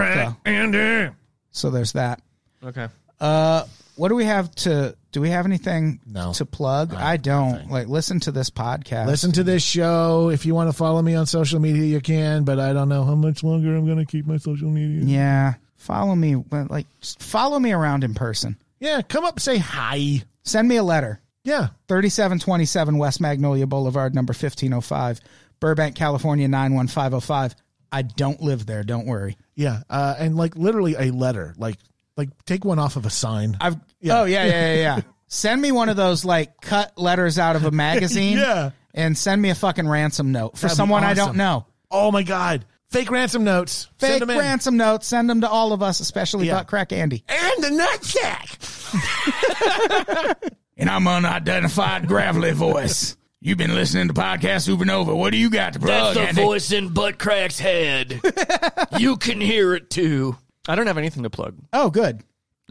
Speaker 3: Though.
Speaker 4: Andy.
Speaker 3: So there's that.
Speaker 5: okay
Speaker 3: Uh, what do we have to? Do we have anything
Speaker 4: No.
Speaker 3: to plug? I, don't. Like, listen to this podcast.
Speaker 4: Listen to this show. If you want to follow me on social media, you can, but I don't know how much longer I'm going to keep my social media.
Speaker 3: Yeah, follow me. but, Like, just follow me around in person.
Speaker 4: Yeah, come up, say hi.
Speaker 3: Send me a letter.
Speaker 4: Yeah,
Speaker 3: 3727 West Magnolia Boulevard, number 1505, Burbank, California, 91505. I don't live there. Don't worry.
Speaker 4: yeah, uh, and like literally a letter, like like take one off of a sign.
Speaker 3: I've, oh, yeah, yeah, yeah, yeah. send me one of those, like, cut letters out of a magazine.
Speaker 4: Yeah.
Speaker 3: And send me a fucking ransom note for
Speaker 4: That'd be
Speaker 3: someone I
Speaker 4: awesome.
Speaker 3: don't know.
Speaker 4: oh my god, fake ransom notes.
Speaker 3: Fake
Speaker 4: Send 'em in.
Speaker 3: ransom notes. Send them to all of us, especially
Speaker 4: Yeah.
Speaker 3: Butt Crack Andy.
Speaker 4: and the nutsack.
Speaker 3: And I'm unidentified gravelly voice. You've been listening to Podcast Supernova. What do you got to plug, Andy?
Speaker 5: voice in butt crack's head you can hear it too i don't have anything to plug
Speaker 3: Oh, good.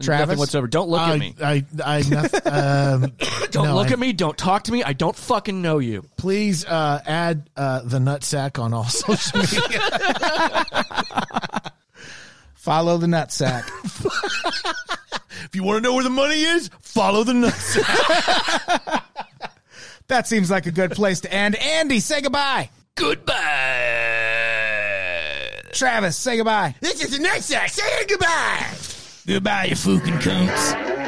Speaker 5: Nothing
Speaker 3: Travis. Uh,
Speaker 5: whatsoever. Don't look at
Speaker 4: I
Speaker 5: me.
Speaker 4: I I noth- um,
Speaker 5: Don't
Speaker 4: no,
Speaker 5: look
Speaker 4: I-
Speaker 5: at me. Don't talk to me. I don't fucking know you.
Speaker 4: Please uh, add uh, the nutsack on all social media.
Speaker 3: Follow the nutsack.
Speaker 5: If you want to know where the money is, follow the nuts.
Speaker 3: That seems like a good place to end. Andy, say goodbye. Goodbye. Travis, say goodbye.
Speaker 5: this is the nut sack. Say goodbye.
Speaker 3: Goodbye, you fucking cunts.